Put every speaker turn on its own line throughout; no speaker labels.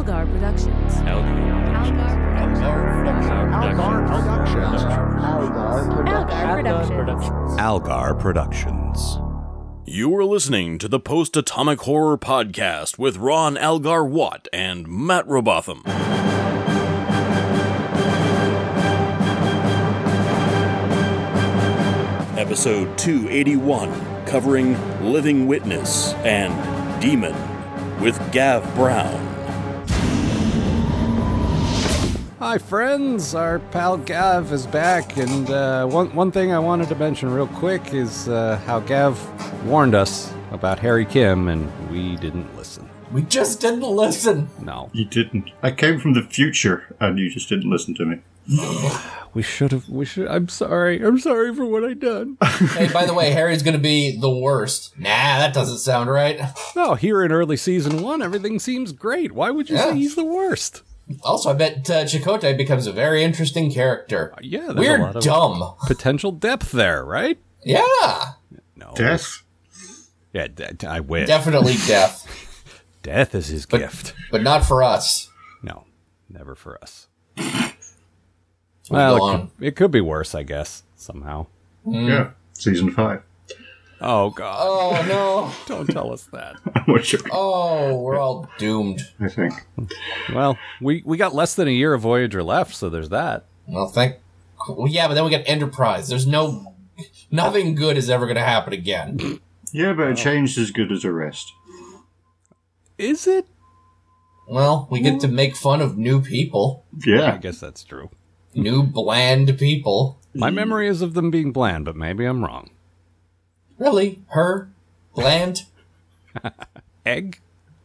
Productions.
Algar Productions.
Algar Productions.
You are listening to the Post Atomic Horror Podcast with Ron Algar Watt and Matt Robotham. Episode 281, covering Living Witness and Demon with Gav Brown.
Hi, friends. Our pal Gav is back, and uh, one one thing I wanted to mention real quick is uh, how Gav warned us about Harry Kim, and we didn't listen.
We just didn't listen.
No,
You didn't. I came from the future and you just didn't listen to me.
we should have. We should. I'm sorry. I'm sorry for what I done.
hey, by the way, Harry's gonna be the worst. Nah, that doesn't sound right.
no, here in early season one, everything seems great. Why would you
Yeah.
say he's the worst?
Also, I bet uh, Chakotay becomes a very interesting character.
Uh, yeah, there's a
we're
lot of-
dumb.
Potential depth there, right?
Yeah,
No.
Death?
Yeah, de- I wish.
definitely deaf,
Death is his gift.
but not for us.
No, never for us.
we go
Well, it
on.
could, it could be worse, I guess. Somehow. Mm.
Yeah. Season 5.
Oh God!
Oh no!
Don't tell us that.
I'm not sure.
Oh, we're all doomed.
I think.
well, we we got less than a year of Voyager left, so there's that.
Well, thank. Well, yeah, but then we got Enterprise. There's no, nothing good is ever gonna happen again.
Yeah,
Oh.
but a change is good as a rest.
Is it?
Well, we get to make fun of new people,
I
Yeah.
guess that's true.
new bland people.
My memory is of them being bland, but maybe I'm wrong.
Really, her bland
Egg.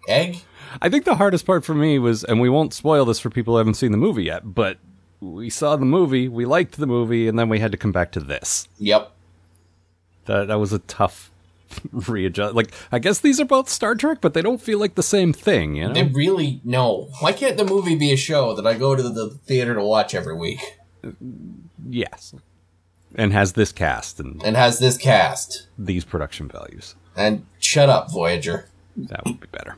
egg.
I think the hardest part for me was, and we won't spoil this for people who haven't seen the movie yet, but we saw the movie, we liked the movie, and then we had to come back to this.
Yep.
That that was a tough readjust. Like, I guess these are both Star Trek, but they don't feel like the same thing, you know?
They really no. Why can't the movie be a show that I go to the theater to watch every week
yes. And has this cast and
and has this cast?
these production values.
And shut up, Voyager.
That would be better.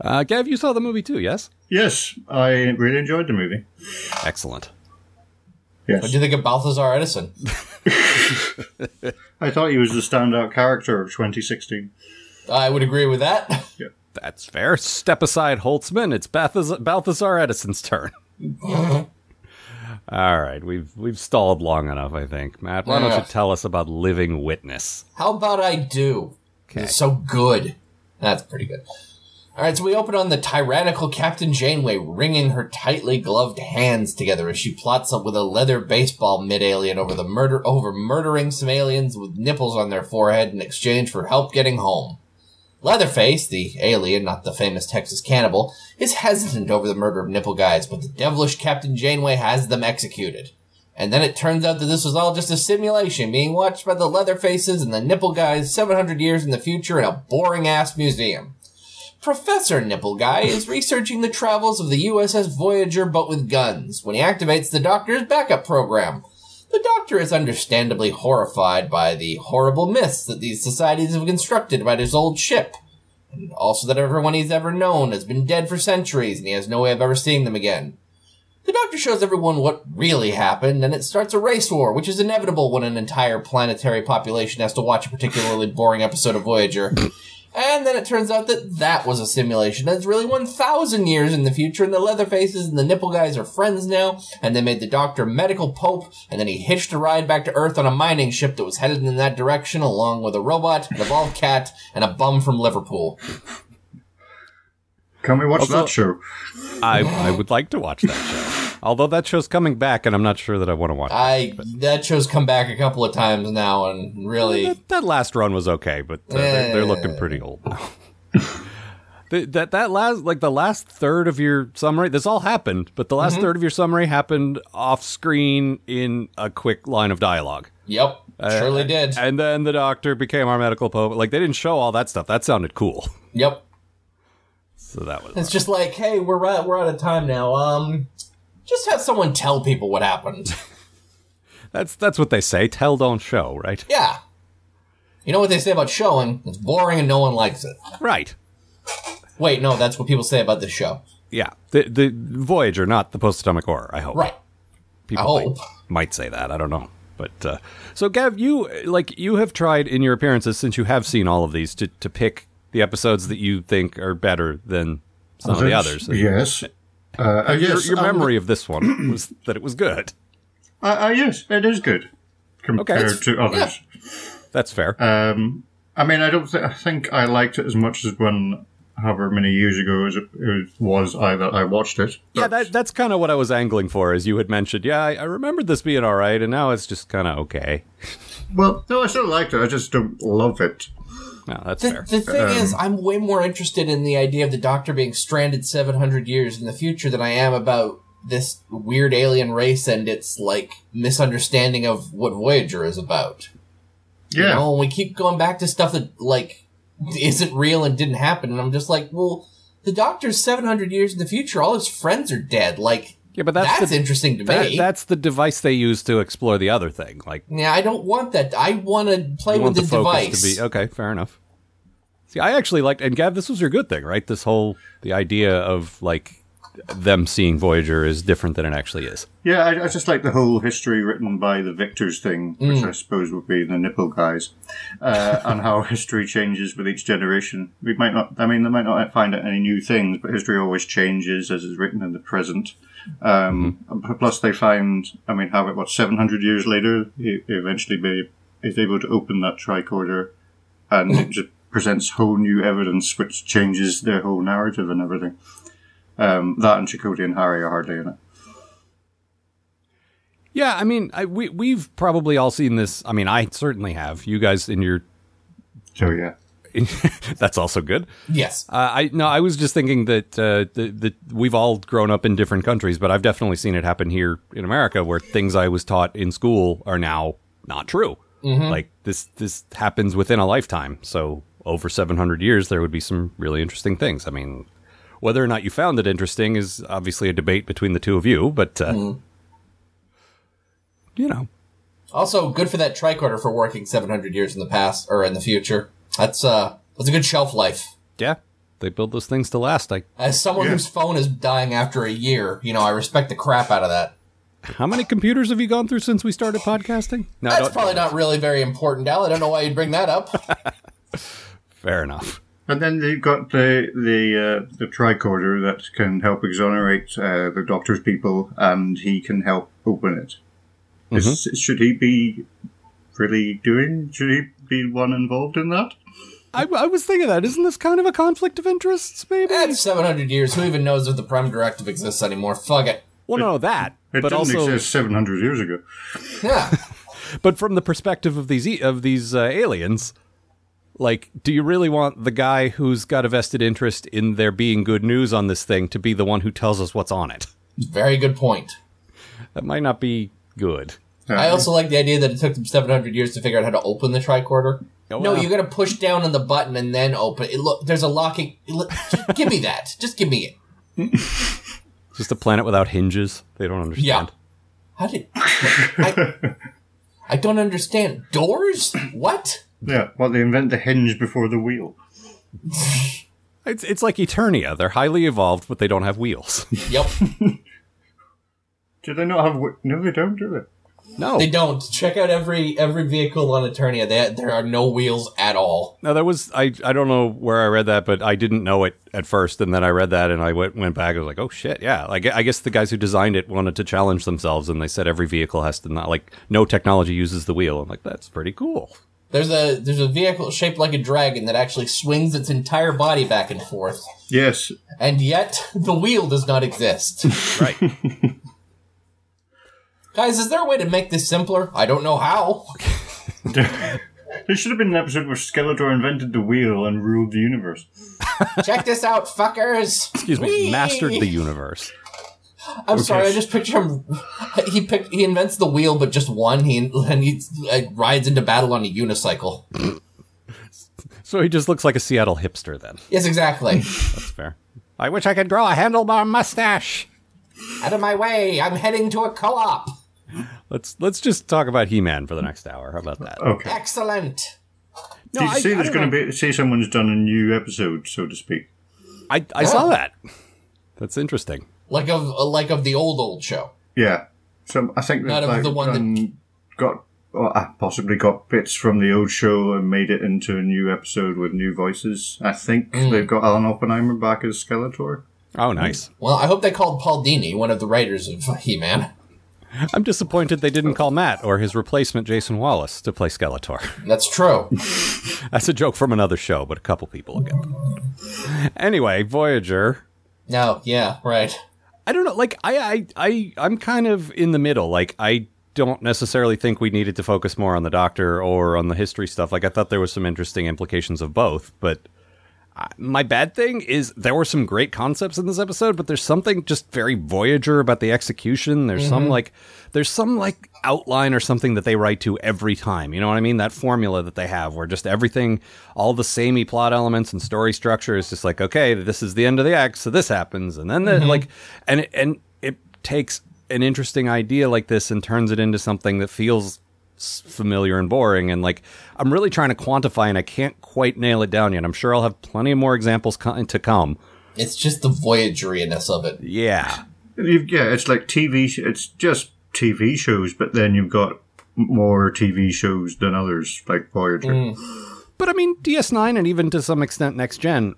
Uh, Gav, you saw the movie too, yes?
Yes, I really enjoyed the movie.
Excellent.
What
Yes.
do you think of Balthazar Edison?
I thought he was the standout character of 2016.
I would agree with that.
That's fair. Step aside, Holtzman. It's Balthaz- Balthazar Edison's turn. All right, we've we've stalled long enough, I think. Matt, why don't
Yeah.
you tell us about Living Witness?
How about I do? 'Cause It's so good. That's pretty good. All right, so we open on the tyrannical Captain Janeway wringing her tightly gloved hands together as she plots up with a leather baseball mid alien over the murder over murdering some aliens with nipples on their forehead in exchange for help getting home. Leatherface, the alien, not the famous Texas cannibal, is hesitant over the murder of nipple guys, but the devilish Captain Janeway has them executed. And then it turns out that this was all just a simulation being watched by the leather faces and the nipple guys 700 years in the future in a boring ass museum. Professor Nipple Guy is researching the travels of the USS Voyager but with guns when he activates the Doctor's backup program. The Doctor is understandably horrified by the horrible myths that these societies have constructed about his old ship. And also that everyone he's ever known has been dead for centuries and he has no way of ever seeing them again. The doctor shows everyone what really happened, and it starts a race war, which is inevitable when an entire planetary population has to watch a particularly boring episode of Voyager. And then it turns out that that was a simulation. That's really 1,000 years in the future, and the Leatherfaces and the Nipple Guys are friends now, and they made the Doctor medical pope, and then he hitched a ride back to Earth on a mining ship that was headed in that direction, along with a robot, an evolved cat, and a bum from Liverpool.
Can we watch
Also-
that show?
I I would like to watch that show. Although that show's coming back, and I'm not sure that I want to watch. it.
I, that show's come back a couple of times now, and really.
That, that last run was okay, but uh, they're, they're looking pretty old now. The- that that last like the last third of your summary, this all happened, but the last third of your summary happened off screen in a quick line of dialogue,
Yep, surely did.
and then the doctor became our medical pope. Like they didn't show all that stuff. That sounded cool,
yep.
so that was
It's just like, hey, we're right, we're out of time now. Um, just have someone tell people what happened.
that's that's what they say. Tell, don't show, right?
yeah. You know what they say about showing? It's boring and no one likes it.
Right.
Wait, no, that's what people say about this show.
yeah, the the Voyager, not the post atomic horror. I hope.
Right. I
People
hope.
might, might say that. I don't know. But uh, so, Gav, you uh, like you have tried in your appearances since you have seen all of these to to pick the episodes that you think are better than some of the others.
Yes. Uh, uh,
Your,
yes,
your
um,
memory of this one was that it was good.
Uh, uh, yes, it is good compared
it's-
to others.
That's fair.
Uh,
Um, I mean, I don't th- I think I liked it as much as when, however many years ago as it, it was I that I watched it.
yeah, that, that's kind of what I was angling for, as you had mentioned. Yeah, I, I remembered this being all right, and now it's just kind of okay.
Well, no, I still liked it. I just don't love it.
No, that's
The,
fair.
the thing is, I'm way more interested in the idea of the Doctor being stranded 700 years in the future than I am about this weird alien race and its like misunderstanding of what Voyager is about.
Yeah,
You know, and we keep going back to stuff that like isn't real and didn't happen, and I'm just like, well, the Doctor's 700 years in the future, all his friends are dead. Like,
Yeah, but that's
that's,
the-
interesting to
That,
me.
that's the device they use to explore the other thing. Like,
yeah, I don't want that. I want to play
you want
with
the,
the,
focus
device.
to be okay. Fair enough. See, I actually liked, and Gav, this was your good thing, right? This whole the idea of like them seeing Voyager is different than it actually is.
yeah. I, I just like the whole history written by the victors thing, which I suppose would be the nipple guys, uh, and how history changes with each generation. We might not. I mean, they might not find out any new things, but history always changes as is written in the present. Um, p- Plus, they find. I mean, how what seven hundred years later, he he eventually be, is able to open that tricorder, and it just presents whole new evidence, which changes their whole narrative and everything. Um, that and Chakotay and Harry are hardly in it.
Yeah, I mean, I, we we've probably all seen this. I mean, I certainly have. You guys in your
So yeah.
that's also good.
yes.
Uh, I no, I was just thinking that uh, the, the, we've all grown up in different countries, but I've definitely seen it happen here in America, where things I was taught in school are now not true. Like this, this happens within a lifetime. So over seven hundred years, there would be some really interesting things. I mean, whether or not you found it interesting is obviously a debate between the two of you, but uh, you know,
Also, good for that tricorder for working 700 years in the past or in the future. That's uh, that's a good shelf life.
yeah, they build those things to last. Like,
As someone whose phone is dying after a year, you know, I respect the crap out of that.
how many computers have you gone through since we started podcasting? No,
That's
don't-
probably not really very important, Al. I don't know why you'd bring that up.
fair enough.
And then they've got the the uh, the tricorder that can help exonerate uh, the doctor's people, and he can help open it.
Mm-hmm.
Is- should he be really doing? Should he be one involved in that?
I, I was thinking that. Isn't this kind of a conflict of interests, maybe?
At 700 years, who even knows if the Prime Directive exists anymore? Fuck it.
Well, no, that.
It
but
didn't
also,
exist seven hundred years ago.
Yeah.
but from the perspective of these e- of these uh, aliens, like, do you really want the guy who's got a vested interest in there being good news on this thing to be the one who tells us what's on it?
Very good point.
That might not be good.
I also like the idea that it took them 700 years to figure out how to open the tricorder.
Oh,
no,
wow.
you got to push down on the button and then open it. Look, there's a locking. look, just give me that. Just give me it.
It's Just a planet without hinges. They don't understand.
How did I, I don't understand doors? What?
Yeah, well, they invent the hinge before the wheel.
It's it's like Eternia. They're highly evolved, but they don't have wheels.
Yep,
Do they not have? Wi- no, they don't, do they?
no,
they don't. Check out every every vehicle on Eternia. They, there are no wheels at all.
No, that was I. I don't know where I read that, but I didn't know it at first, and then I read that, and I went went back. I was like, oh shit, yeah. Like I guess the guys who designed it wanted to challenge themselves, and they said every vehicle has to not like no technology uses the wheel. I'm like, that's pretty cool.
There's a there's a vehicle shaped like a dragon that actually swings its entire body back and forth,
Yes,
and yet the wheel does not exist.
Right.
Guys, is there a way to make this simpler? I don't know how.
there should have been an episode where Skeletor invented the wheel and ruled the universe.
Check this out, fuckers.
Excuse me, mastered the universe.
I'm sorry, I just picture him. He picked. He invents the wheel, but just one. He and he uh, rides into battle on a unicycle.
So he just looks like a Seattle hipster. Then
Yes, exactly.
that's fair. I wish I could grow a handlebar mustache.
Out of my way! I'm heading to a co-op.
Let's let's just talk about He-Man for the next hour. How about that?
Okay.
Excellent.
No,
Do you
I-
see
I
there's
don't
going
know. Oh.
to be? Say someone's done a new episode, so to speak.
I, I saw that. That's interesting.
like of like of the old old show.
Yeah. So I think
Not
they've,
of
like,
the one that-
done- got or uh, possibly got bits from the old show and made it into a new episode with new voices. I think
Hmm.
they've got Alan Oppenheimer back as Skeletor.
Oh, nice.
Well, I hope they called Paul Dini, one of the writers of He Man.
I'm disappointed they didn't call Matt or his replacement Jason Wallace to play Skeletor.
That's true.
That's a joke from another show, but a couple people will get it. Anyway, Voyager.
no, yeah, right.
I don't know. Like I, I, I, I'm kind of in the middle. Like I don't necessarily think we needed to focus more on the Doctor or on the history stuff. Like I thought there was some interesting implications of both. But I, my bad thing is there were some great concepts in this episode, but there's something just very Voyager about the execution. There's some like, there's some like outline or something that they write to every time. You know what I mean? That formula that they have, where just everything, all the samey plot elements and story structure is just like, okay, this is the end of the act, so this happens, and then the, like, and it, and it takes an interesting idea like this and turns it into something that feels s- familiar and boring and like i'm really trying to quantify and i can't quite nail it down yet i'm sure i'll have plenty more examples co- to come
It's just the voyageriness of it.
yeah
You've, yeah, it's like TV. sh- It's just TV shows, but then you've got more TV shows than others, like Voyager.
Hmm.
but i mean ds9 and even to some extent next gen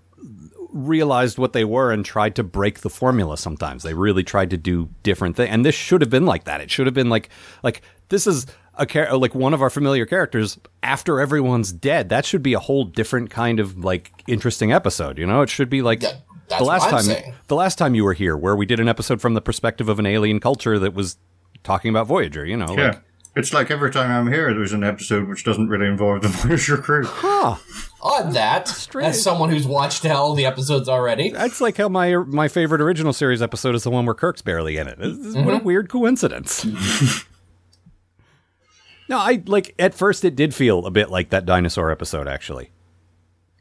realized what they were and tried to break the formula sometimes they really tried to do different things and this should have been like that it should have been like like this is a char- like one of our familiar characters after everyone's dead that should be a whole different kind of like interesting episode you know it should be like
Yeah, that's
the last
what I'm
time
saying.
the last time you were here where we did an episode from the perspective of an alien culture that was talking about voyager you know
Yeah.
like
It's like every time I'm here, there's an episode which doesn't really involve the Voyager crew.
On that,
Strange.
as someone who's watched all the episodes already,
That's like how my my favorite original series episode is the one where Kirk's barely in it. This is- What a weird coincidence. no, I like at first it did feel a bit like that dinosaur episode actually.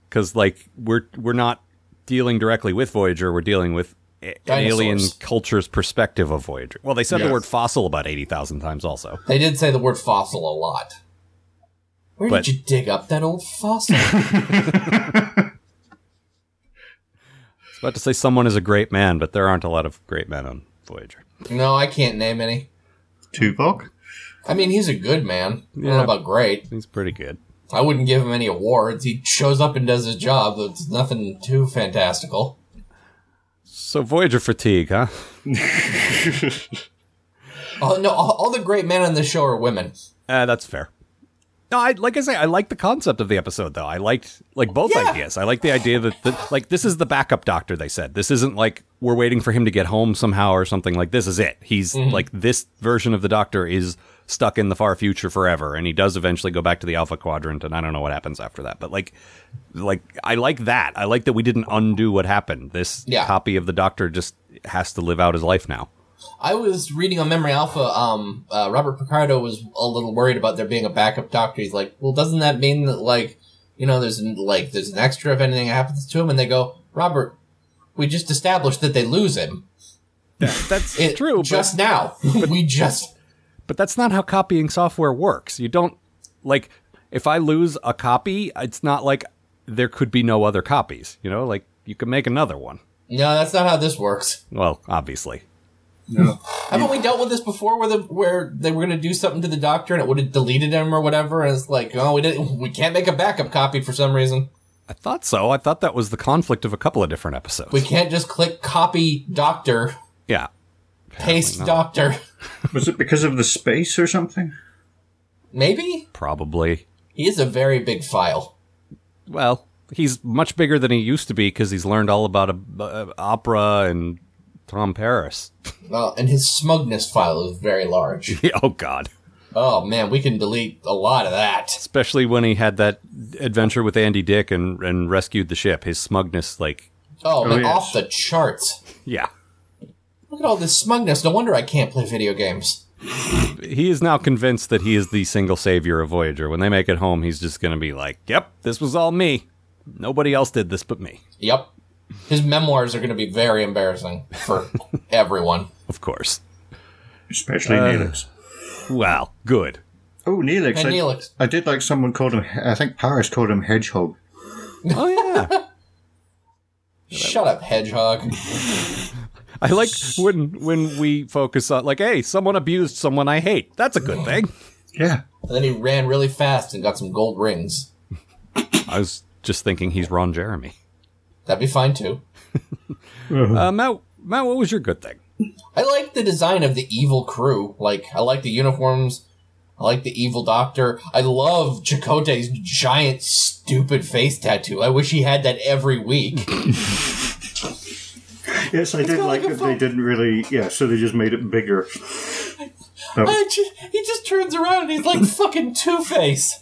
Cuz like we're we're not dealing directly with Voyager, we're dealing with a- an alien
Dinosaurs.
culture's perspective of Voyager. Well, they said the
Yes.
word fossil about 80,000 times also.
they did say the word fossil a lot. Where
But-
did you dig up that old fossil?
I was about to say someone is a great man, but there aren't a lot of great men on Voyager.
no, I can't name any.
Tuvok?
I mean, he's a good man. I don't
Yeah.
know about great.
He's pretty good.
I wouldn't give him any awards. He shows up and does his job. It's nothing too fantastical.
So Voyager fatigue, huh?
Oh no, all, all the great men on the show are women.
Uh, that's fair. No, I like I say, I like the concept of the episode though. I liked like both
Yeah.
ideas. I like the idea that the, like this is the backup doctor. They said this isn't like we're waiting for him to get home somehow or something. Like this is it. He's
Mm-hmm.
like this version of the doctor is stuck in the far future forever, and he does eventually go back to the Alpha Quadrant, and I don't know what happens after that. But like, like I like that. I like that we didn't undo what happened. This
Yeah.
copy of the doctor just has to live out his life now.
I was reading on Memory Alpha. Um, uh, Robert Picardo was a little worried about there being a backup doctor. He's like, "Well, doesn't that mean that like, you know, there's an, like there's an extra if anything happens to him?" And they go, "Robert, we just established that they lose him.
That's
It,
true.
Just now, we just
But that's not how copying software works. You don't like if I lose a copy, it's not like there could be no other copies, you know? Like you can make another one.
no. That's not how this works.
Well, obviously.
Haven't we dealt with this before? Where the where they were going to do something to the doctor and it would have deleted him or whatever? And it's like, oh, we didn't. We can't make a backup copy for some reason.
I thought so. I thought that was the conflict of a couple of different episodes.
We can't just click copy doctor,
yeah.
paste doctor.
Was it because of the space or something?
Maybe
Probably.
He is a very big file.
Well, he's much bigger than he used to be cuz he's learned all about a, uh, opera and Tom Paris.
Well, and his smugness file is very large.
oh god.
oh man, we can delete a lot of that.
Especially when he had that adventure with Andy Dick and and rescued the ship. His smugness like
Oh, man,
yes.
off the charts.
yeah.
Look at all this smugness. No wonder I can't play video games.
he is now convinced that he is the single savior of Voyager. When they make it home, he's just going to be like, "Yep, this was all me. Nobody else did this but me."
Yep. His memoirs are going to be very embarrassing for everyone.
Of course.
Especially Neelix.
Well, good.
Oh, Neelix.
And
I,
Neelix.
I did like someone called him, I think Paris called him Hedgehog.
Oh yeah.
Shut up, Hedgehog.
I like when when we focus on like, hey, someone abused someone I hate. That's a good thing.
Yeah.
And then he ran really fast and got some gold rings.
I was just thinking he's Ron Jeremy.
That'd be fine too.
Uh, Matt, Matt, what was your good thing?
I like the design of the evil crew. Like, I like the uniforms. I like the evil doctor. I love Chakotay's giant, stupid face tattoo. I wish he had that every week.
Yes, I did
kinda
like
like a
that they
fu-
didn't really. Yeah, so they just made it bigger. That was-
I ju- he just turns around and he's like fucking Two Face.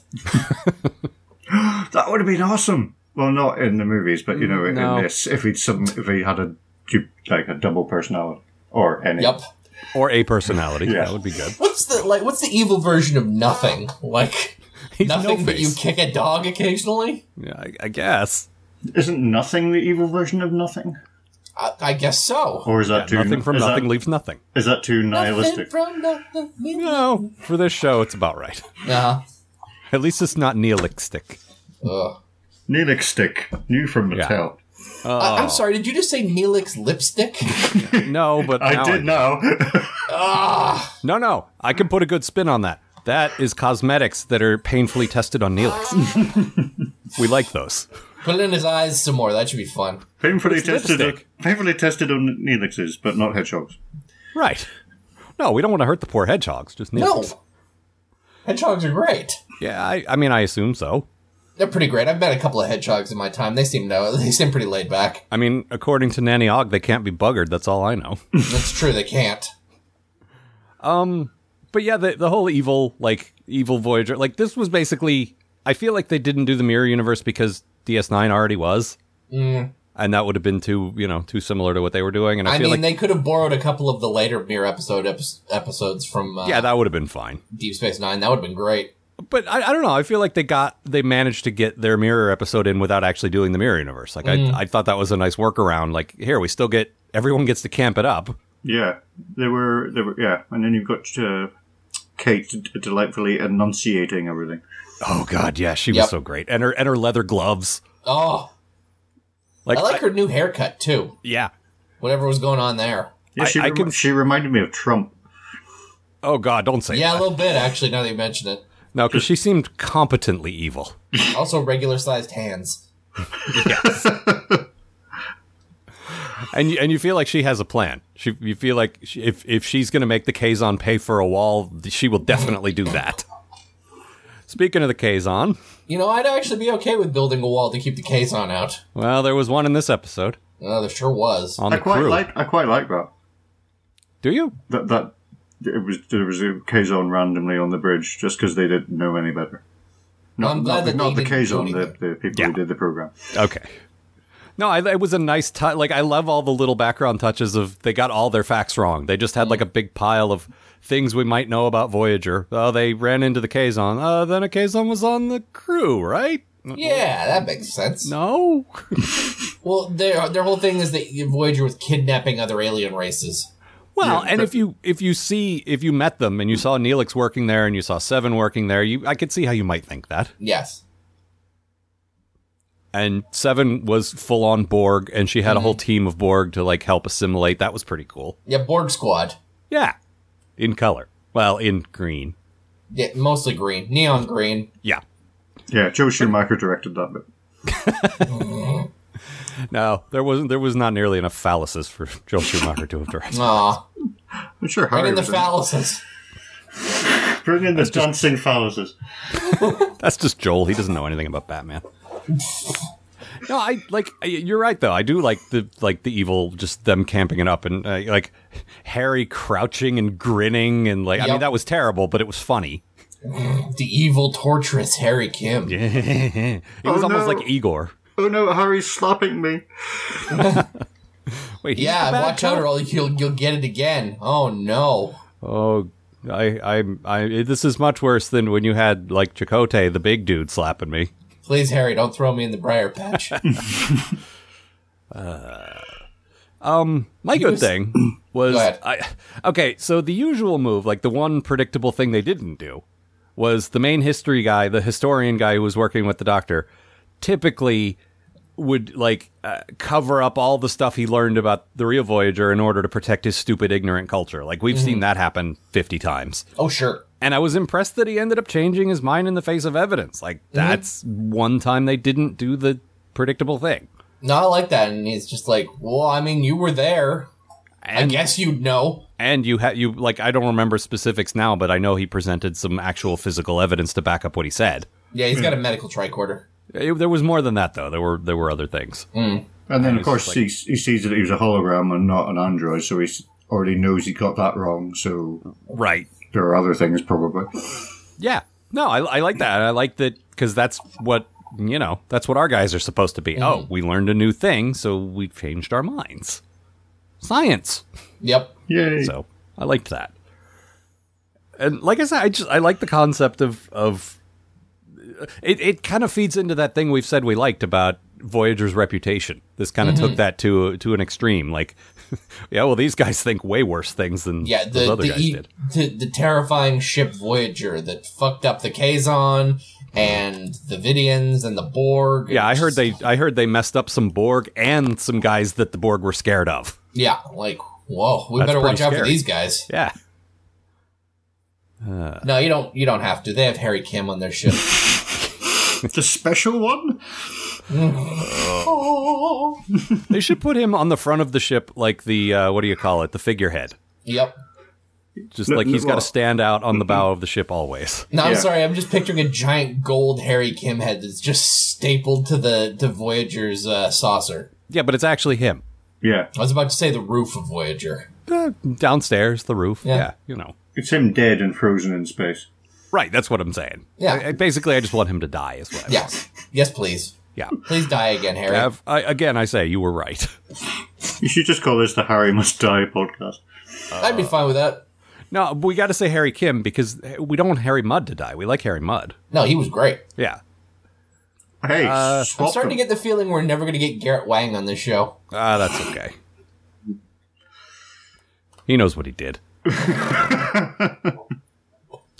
that would have been awesome. Well, not in the movies, but you know, in
No.
this, if he'd some, if he had a du- like a double personality or any.
Yep.
Or a personality.
Yeah.
That would be good.
What's the like? What's the evil version of nothing? Like
He's
nothing, but you
No-Face.
kick a dog occasionally.
Yeah, I, I guess.
Isn't nothing the evil version of nothing?
I, I guess so.
Or is that too
nothing from
is
nothing
That,
leaves nothing.
is that too
Nothing
nihilistic?
from nothing.
No, for this show, it's about right.
Uh,
At least it's not nihilistic.
ugh.
Neelixtic, new from the
Yeah.
tell.
I, I'm sorry. Did you just say Neelix lipstick?
No, but
I
now
did now.
No, no, I can put a good spin on that. That is cosmetics that are painfully tested on Neelix. we like those.
Put it in his eyes some more. That should be fun.
painfully
It's
tested, on,
lipstick.
painfully tested on Neelixes, but not hedgehogs.
Right. No, we don't want to hurt the poor hedgehogs, just
No,
Neelix.
hedgehogs are great.
Yeah, I, I mean, I assume so.
They're pretty great. I've met a couple of hedgehogs in my time. They seem no, they seem pretty laid back.
I mean, according to Nanny Og, they can't be buggered. That's all I know.
That's true. They can't.
but yeah, the, the whole evil, like, evil Voyager, like, this was basically. I feel like they didn't do the Mirror Universe because DS9 already was. And that would have been too, you know, too similar to what they were doing. And I,
I,
feel
mean,
like.
they could have borrowed a couple of the later Mirror episode epi- episodes from uh,
yeah, that would have been fine.
Deep Space Nine. That would have been great.
But I, I don't know. I feel like they got they managed to get their mirror episode in without actually doing the mirror universe. Like I, I thought that was a nice workaround. Like here we still get everyone gets to camp it up.
Yeah, they were. They were. Yeah, and then you've got uh, Kate d- delightfully enunciating everything.
Oh God, yeah, she
Yep.
was so great, and her and her leather gloves.
Oh,
Like,
I like her new haircut too.
yeah.
Whatever was going on there.
Yeah,
I-
she,
I
rem-
can-
she reminded me of Trump.
Oh God, don't say
Yeah, a
that.
little bit actually. Now that you mention it.
No, because she seemed competently evil.
Also, regular sized hands.
And you, and you feel like she has a plan. She you feel like she, if if she's going to make the Kazon pay for a wall, she will definitely do that. Speaking of the Kazon,
You know, I'd actually be okay with building a wall to keep the Kazon out.
well, there was one in this episode
Uh, there sure was.
on
I
the
quite
crew.
like. I quite like that.
Do you?
That that it was there was a Kazon randomly on the bridge just because they didn't know any better. Not,
I'm glad
not, the-
that
not
they
the
didn't do
Kazon, the, the people
Yeah.
who did the program.
Okay. No, I, it was a nice touch. Like I love all the little background touches of they got all their facts wrong. They just had like a big pile of things we might know about Voyager. Oh, they ran into the Kazon. Uh, then a Kazon was on the crew, right?
Yeah, that makes sense.
No.
Well, their their whole thing is that Voyager was kidnapping other alien races.
Well, and if you if you see if you met them and you saw Neelix working there and you saw Seven working there, you I could see how you might think that.
Yes.
And Seven was full on Borg, and she had a whole team of Borg to like help assimilate. That was pretty cool.
Yeah, Borg Squad.
Yeah, in color. Well, in green.
Yeah, mostly green, neon green.
Yeah.
Yeah, Joe Schumacher directed that bit.
No, there wasn't. There was not nearly enough phalluses for Joel Schumacher to have directed.
Aw,
I'm sure Harry
bring in the
was in.
phalluses.
Bring in the dancing phalluses.
That's just Joel. He doesn't know anything about Batman. No, I like. I- You're right, though. I do like the like the evil, just them camping it up and uh, like Harry crouching and grinning and like. I mean,
Yep.
that was terrible, but it was funny.
The evil, torturous Harry Kim.
it was
Oh,
almost
no.
like Igor.
Oh no, Harry's slapping me.
Wait, he's
Yeah,
the bad
watch
guy?
out, or you'll you'll get it again. Oh no!
Oh, I, I, I. This is much worse than when you had like Chakotay, the big dude, slapping me.
Please, Harry, don't throw me in the briar patch.
My good
was-
thing was
Go ahead.
I, okay. So the usual move, like the one predictable thing they didn't do, was the main history guy, the historian guy who was working with the doctor. Typically, would like uh, cover up all the stuff he learned about the real Voyager in order to protect his stupid, ignorant culture. Like we've
Mm-hmm.
seen that happen fifty times.
Oh, sure.
And I was impressed that he ended up changing his mind in the face of evidence. Like
Mm-hmm.
that's one time they didn't do the predictable thing.
No, I like that. And he's just like, well, I mean, you were there. I
And-
guess you'd know.
And you had you like I don't remember specifics now, but I know he presented some actual physical evidence to back up what he said.
Yeah, he's got a medical tricorder.
It- there was more than that though. There were there were other things.
And then, of course, he, he sees that he was a hologram and not an android, so he already knows he got that wrong. So
Right.
there are other things, probably.
Yeah. No, I, I like that. I like that because that's what you know. That's what our guys are supposed to be. Oh, we learned a new thing, so we changed our minds. Science.
Yep.
Yay!
So I liked that. And like I said, I just I like the concept of of uh, it. It kind of feeds into that thing we've said we liked about Voyager's reputation. This kind of
Mm-hmm.
took that to to an extreme. Like, yeah, well, these guys think way worse things than
Yeah,
those
the
other
the,
guys
e-
did.
the the terrifying ship Voyager that fucked up the Kazon and the Vidians and the Borg.
Yeah, I
It's
heard
just-
they I heard they messed up some Borg and some guys that the Borg were scared of.
Yeah, like whoa, we
That's
better
pretty
watch out for
scary.
these guys.
Yeah.
No, you don't. You don't have to. They have Harry Kim on their ship.
the special one?
they should put him on the front of the ship like the uh, what do you call it? The figurehead.
yep.
Just
No,
like he's
no,
got
well-
to stand out on the bow of the ship always.
No, I'm
Yeah.
sorry. I'm just picturing a giant gold Harry Kim head that's just stapled to the to Voyager's uh, saucer.
Yeah, but it's actually him.
Yeah.
I was about to say the roof of Voyager.
Uh, downstairs, the roof.
Yeah.
Yeah. you know.
It's him dead and frozen in space.
Right, that's what I'm saying.
Yeah.
I- I- basically, I just want him to die as well.
Yes, yes, please,
Yeah.
please die again, Harry.
Gav, I, again, I say you were right.
You should just call this the Harry Must Die podcast.
I'd be
uh,
fine with that.
No, we got to say Harry Kim because we don't want Harry Mudd to die. We like Harry Mudd.
No, he was great.
Yeah.
Hey,
Uh, I'm
swap
starting to
them.
get the feeling we're never going to get Garrett Wang on this show.
Ah, that's okay. He knows what he did. uh,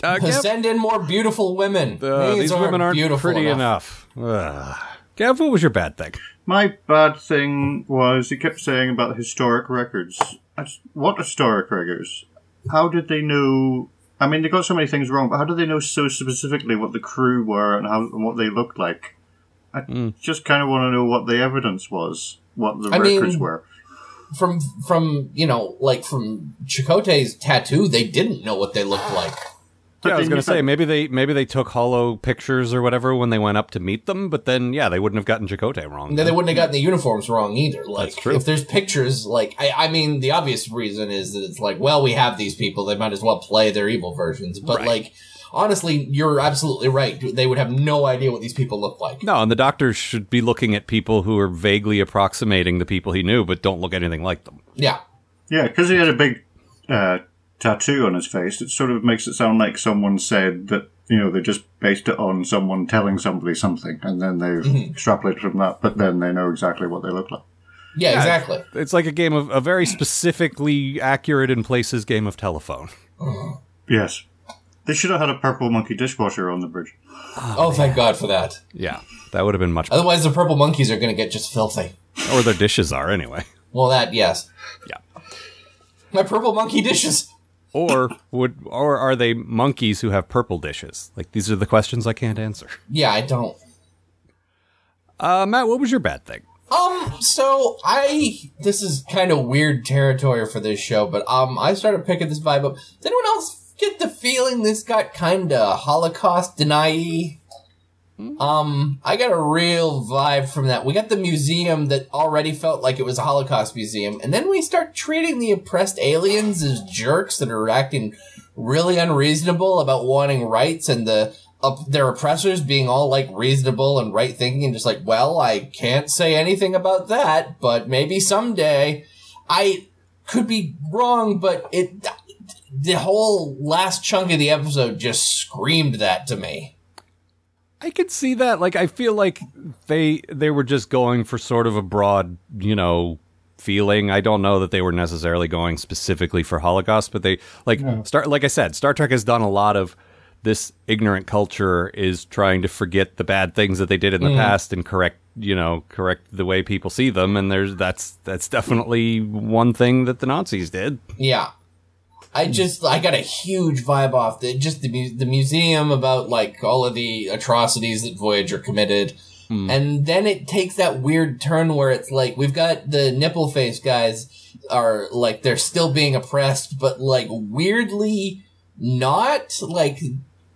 Gav,
Send in more beautiful women.
uh, these
aren't
women aren't
beautiful
pretty enough. Ugh. Gav, what was your bad thing?
My bad thing was he kept saying about historic records. I just- What historic records? How did they know? I mean, they got so many things wrong, but how did they know so specifically what the crew were and how and what they looked like? I just kind of want to know what the evidence was, what the
I mean-
records were.
From from you know like from Chakotay's tattoo, they didn't know what they looked like.
But
yeah, I was
then
gonna
you
say
said-
maybe they maybe they took hollow pictures or whatever when they went up to meet them, but then yeah, they wouldn't have gotten Chakotay wrong.
And then they wouldn't have gotten the uniforms wrong either. Like
That's true.
if there's pictures, like I, I mean, the obvious reason is that it's like, well, we have these people; they might as well play their evil versions. But like, honestly, you're absolutely right. They would have no idea what these people look like.
no, and the doctor should be looking at people who are vaguely approximating the people he knew, but don't look anything like them.
Yeah,
Yeah, because he had a big uh, tattoo on his face. It sort of makes it sound like someone said that you know they just based it on someone telling somebody something, and then they've
Mm-hmm.
extrapolated from that. But then they know exactly what they look like.
yeah, exactly.
It's like a game of a very specifically accurate in places game of telephone.
Yes, they should have had a purple monkey dishwasher on the bridge.
Oh, thank God for that.
Yeah, that would have been
Oh.
much,
Otherwise, the purple monkeys are going to get just filthy.
or their dishes are anyway,
Well, that yes.
Yeah.
My purple monkey dishes.
or would or are they monkeys who have purple dishes? Like these are the questions I can't answer.
Yeah, I don't.
Uh, Matt, what was your bad thing?
Um, so I this is kind of weird territory for this show, but um, I started picking this vibe up. Did anyone else get the feeling this got kind of Holocaust deny? Um, I got a real vibe from that. We got the museum that already felt like it was a Holocaust museum, and then we start treating the oppressed aliens as jerks that are acting really unreasonable about wanting rights and the up their oppressors being all like reasonable and right thinking and just like, well, I can't say anything about that, but maybe someday I could be wrong, but it the whole last chunk of the episode just screamed that to me.
I could see that. Like, I feel like they they were just going for sort of a broad, you know, feeling. I don't know that they were necessarily going specifically for Holocaust, but they like start. Like I said, Star Trek has done a lot of
Mm.
this. Ignorant culture is trying to forget the bad things that they did in the past and correct you know correct the way people see them, and there's that's that's definitely one thing that the Nazis did.
Yeah. I just I got a huge vibe off the just the mu- the museum about like all of the atrocities that Voyager committed, and then it takes that weird turn where it's like we've got the nipple face guys are like they're still being oppressed, but like weirdly not like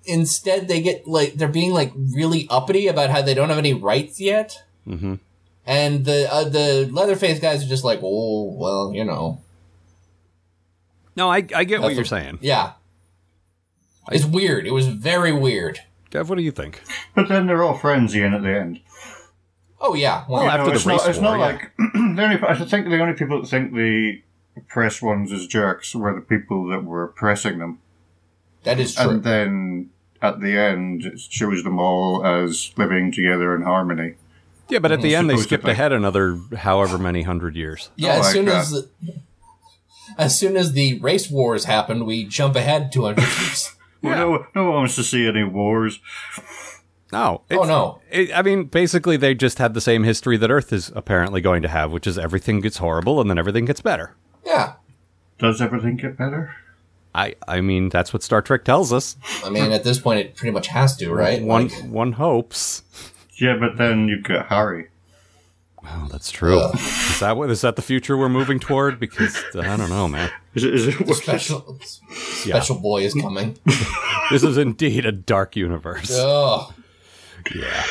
instead they get like they're being like really uppity about how they don't have any rights yet.
Mm-hmm.
And the uh, the leatherface guys are just like, oh well, you know,
No, I I get what
That's
you're
a-
saying,
yeah. It's weird. It was very weird.
Gav. What do you think?
But then they're all friends again at the end.
Oh yeah, well,
Well,
You
after the
it's not,
race
it's
war,
not
yeah.
like the only. I think the only people that think the oppressed ones as jerks were the people that were oppressing them.
that is true.
And then at the end, it shows them all as living together in harmony.
Yeah, but
Mm-hmm.
at the end they
Supposedly.
skipped ahead another however many hundred years.
yeah,
I
as
like
soon
that.
as the, as soon as the race wars happened, we jump ahead 200 years.
Well, no, no one wants to see any wars.
No,
oh no.
It, I mean, basically, they just had the same history that Earth is apparently going to have, which is everything gets horrible and then everything gets better.
Yeah.
Does everything get better?
I, I mean, that's what Star Trek tells us.
I mean, at this point it pretty much has to, right?
One,
Like,
one hopes.
Yeah, but then you've got Harry.
Oh, that's true.
Uh.
Is that what is that the future we're moving toward? Because uh, I don't know, man.
Is it, is it
the
worth it?
special special boy is coming.
This is indeed a dark universe.
Ugh.
Yeah.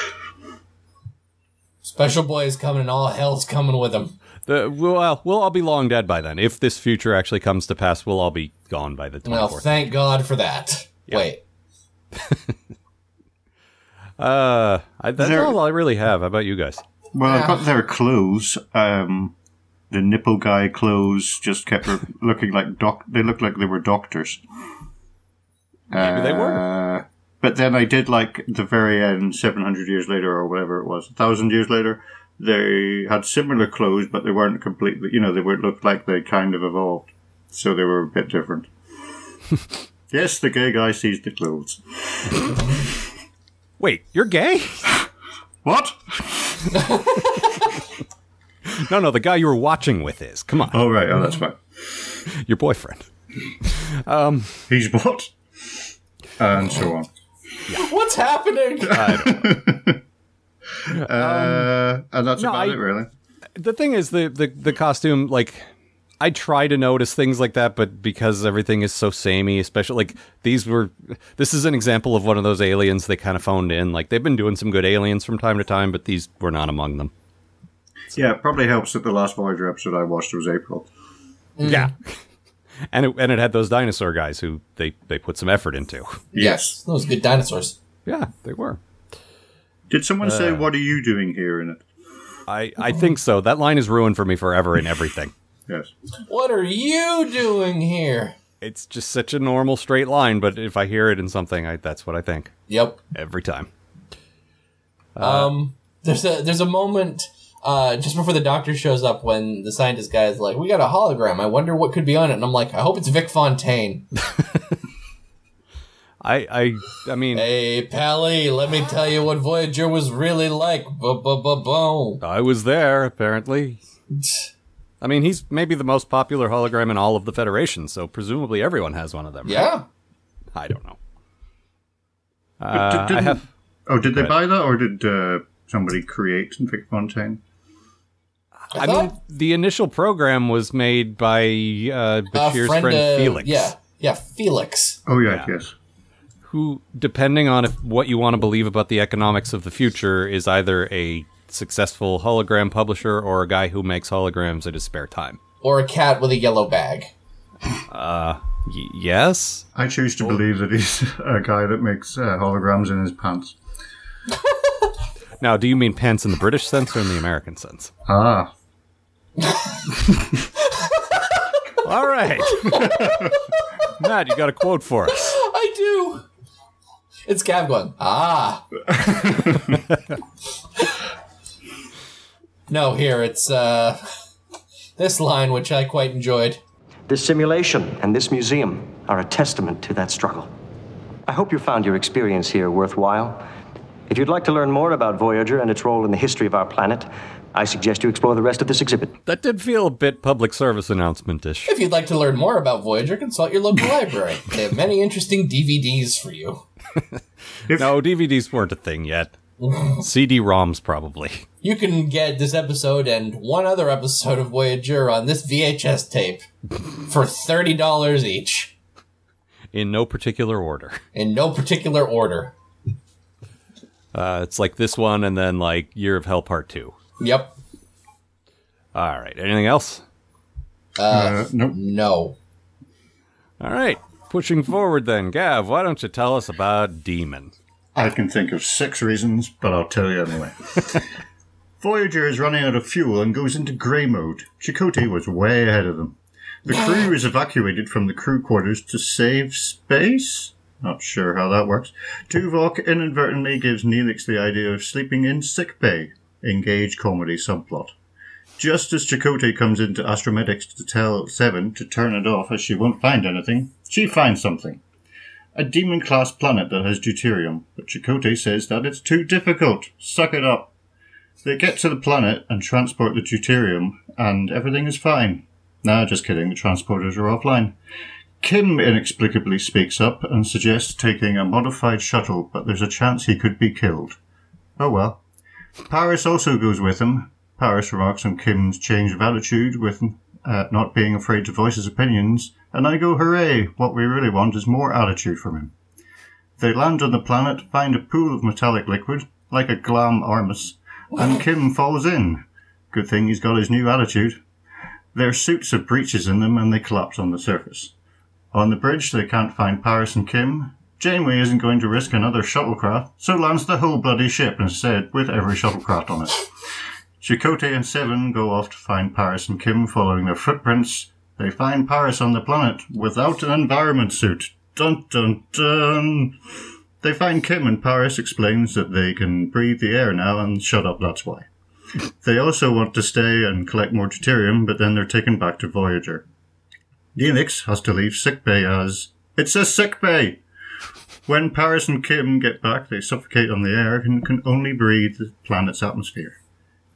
Special boy is coming and all hell's coming with him.
The, well, we'll all be long dead by then. If this future actually comes to pass, we'll all be gone by the
Well,
24th.
thank God for that. Wait.
Uh, I, that's
There-
all I really have. How about you guys?
Well, I've got their clothes. Um, the nipple guy clothes just kept re- looking like doc. They looked like they were doctors.
Maybe they
Uh.
were. But then I did like the very end, seven hundred years later, or whatever it was, a thousand years later. They had similar clothes, but they weren't completely. You know, they were looked like they kind of evolved, so they were a bit different. yes, the gay guy sees the clothes.
Wait, you're gay?
What?
No, no, the guy you were watching with is. Come on,
Oh right, oh that's fine.
your boyfriend.
He's what? And so on.
What's happening?
Uh, and that's
no,
about
I-
it, really.
the thing is the, the the costume like i try to notice things like that but because everything is so samey especially like these were this is an example of one of those aliens they kind of phoned in like they've been doing some good aliens from time to time but these were not among them
Yeah, it probably helps that the last Voyager episode I watched was April.
Mm. yeah and it, and it had those dinosaur guys who they they put some effort into
yes. Those good dinosaurs.
yeah they were
Did someone
Uh,
say, What are you doing here in it?
i i think so that line is ruined for me forever in everything
Yes.
What are you doing here?
it's just such a normal straight line but if i hear it in something I, that's what i think
Yep.
every time
Um, there's a there's a moment uh, just before the doctor shows up when the scientist guy is like, "We got a hologram. I wonder what could be on it." And I'm like, "I hope it's Vic Fontaine."
i i i mean
hey, Pally, let me tell you what Voyager was really like. Boom.
I was there, apparently. I mean, he's maybe the most popular hologram in all of the Federation, so presumably everyone has one of them. right?
Yeah.
I don't know.
But
Uh,
did-
I
didn't-
have.
Oh, did they buy that, or did uh, somebody create Vic Fontaine?
I mean, the initial program was made by uh,
A
Bashir's friend,
uh,
Felix,
Yeah. Yeah, Felix.
Oh, yeah, yes.
who, depending on if, what you want to believe about the economics of the future, is either a successful hologram publisher or a guy who makes holograms in his spare time.
Or a cat with a yellow bag.
Y- yes,
I choose
Oh.
to believe that he's a guy that makes uh, holograms in his pants.
Now, do you mean pants in the British sense or in the American sense?
Ah.
All right. Matt, you got a quote for us.
I do. It's Gav going, ah. no, here, it's uh, this line, which I quite enjoyed.
This simulation and this museum are a testament to that struggle. I hope you found your experience here worthwhile. If you'd like to learn more about Voyager and its role in the history of our planet, I suggest you explore the rest of this exhibit.
That did feel a bit public service announcement ish.
If you'd like to learn more about Voyager, consult your local library. They have many interesting DVDs for you.
No, DVDs weren't a thing yet. CD ROMs, probably.
You can get this episode and one other episode of Voyager on this VHS tape for $30 each
In no particular order.
in no particular order.
Uh, it's like this one and then like Year of Hell Part 2.
Yep.
All right. Anything else?
Uh, nope.
No.
All right. Pushing forward then, Gav, why don't you tell us about Demon?
I can think of six reasons, but I'll tell you anyway. Voyager is running out of fuel and goes into grey mode. Chakotay was way ahead of them. The crew is evacuated from the crew quarters to save space. Not sure how that works. Tuvok inadvertently gives Neelix the idea of sleeping in sickbay. Engage comedy subplot. Just as Chakotay comes into Astromedics to tell Seven to turn it off as she won't find anything, she finds something a demon class planet that has deuterium, but Chakotay says that it's too difficult. Suck it up. They get to the planet and transport the deuterium, and everything is fine. Nah, just kidding, the transporters are offline. Kim inexplicably speaks up and suggests taking a modified shuttle, but there's a chance he could be killed. Oh well. Paris also goes with him. Paris remarks on Kim's change of attitude with uh, not being afraid to voice his opinions, and I go, hooray, what we really want is more attitude from him. They land on the planet, find a pool of metallic liquid, like a glam armus, and Kim falls in. Good thing he's got his new attitude. Their suits have breaches in them and they collapse on the surface. On the bridge, they can't find Paris and Kim. Janeway isn't going to risk another shuttlecraft, so lands the whole bloody ship instead, with every shuttlecraft on it. Chakotay and Seven go off to find Paris and Kim following their footprints. They find Paris on the planet without an environment suit. Dun dun dun. They find Kim and Paris explains that they can breathe the air now and shut up, that's why. They also want to stay and collect more deuterium, but then they're taken back to Voyager. Neelix has to leave sickbay as it's a sickbay. When Paris and Kim get back, they suffocate on the air and can only breathe the planet's atmosphere.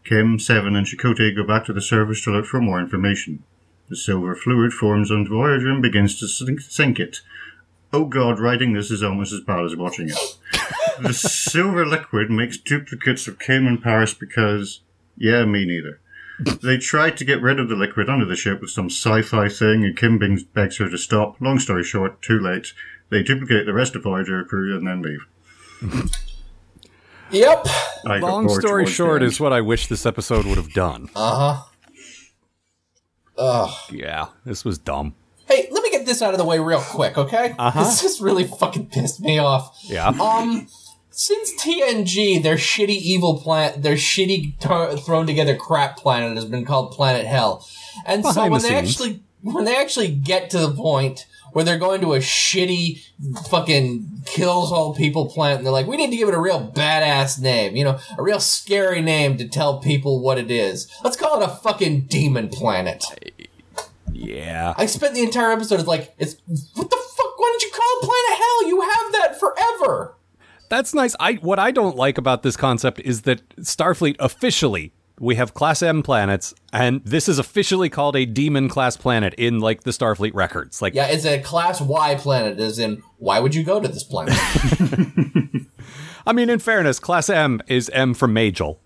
Kim, Seven, and Chakotay go back to the surface to look for more information. The silver fluid forms on Voyager and begins to sink, sink it. Oh god, writing this is almost as bad as watching it. the silver liquid makes duplicates of Kim and Paris because, yeah, me neither. They try to get rid of the liquid under the ship with some sci-fi thing, and Kim begs- begs her to stop. Long story short, too late. They duplicate the rest of Voyager crew and then leave.
Yep.
I got
Long
bored
story
towards the
short
end.
is what I wish this episode would have done.
Ugh.
Yeah, this was dumb.
Hey, let me get this out of the way real quick, okay?
Uh-huh.
This just really fucking pissed me off.
Yeah.
Um, since TNG, their shitty evil planet, their shitty tar- thrown together crap planet has been called Planet Hell, and so
Behind
when
the
they
scenes.
actually when they actually get to the point where they're going to a shitty fucking kills all people planet, and they're like, we need to give it a real badass name, you know, a real scary name to tell people what it is. Let's call it a fucking demon planet.
Yeah.
I spent the entire episode it's like, it's what the fuck? Why didn't you call it Planet Hell? You have that forever.
That's nice. I what I don't like about this concept is that Starfleet officially we have class M planets and this is officially called a demon class planet in like the Starfleet records. Like
Yeah, it's a Class Y planet, as in, why would you go to this planet?
I mean in fairness, class M is M for Majel.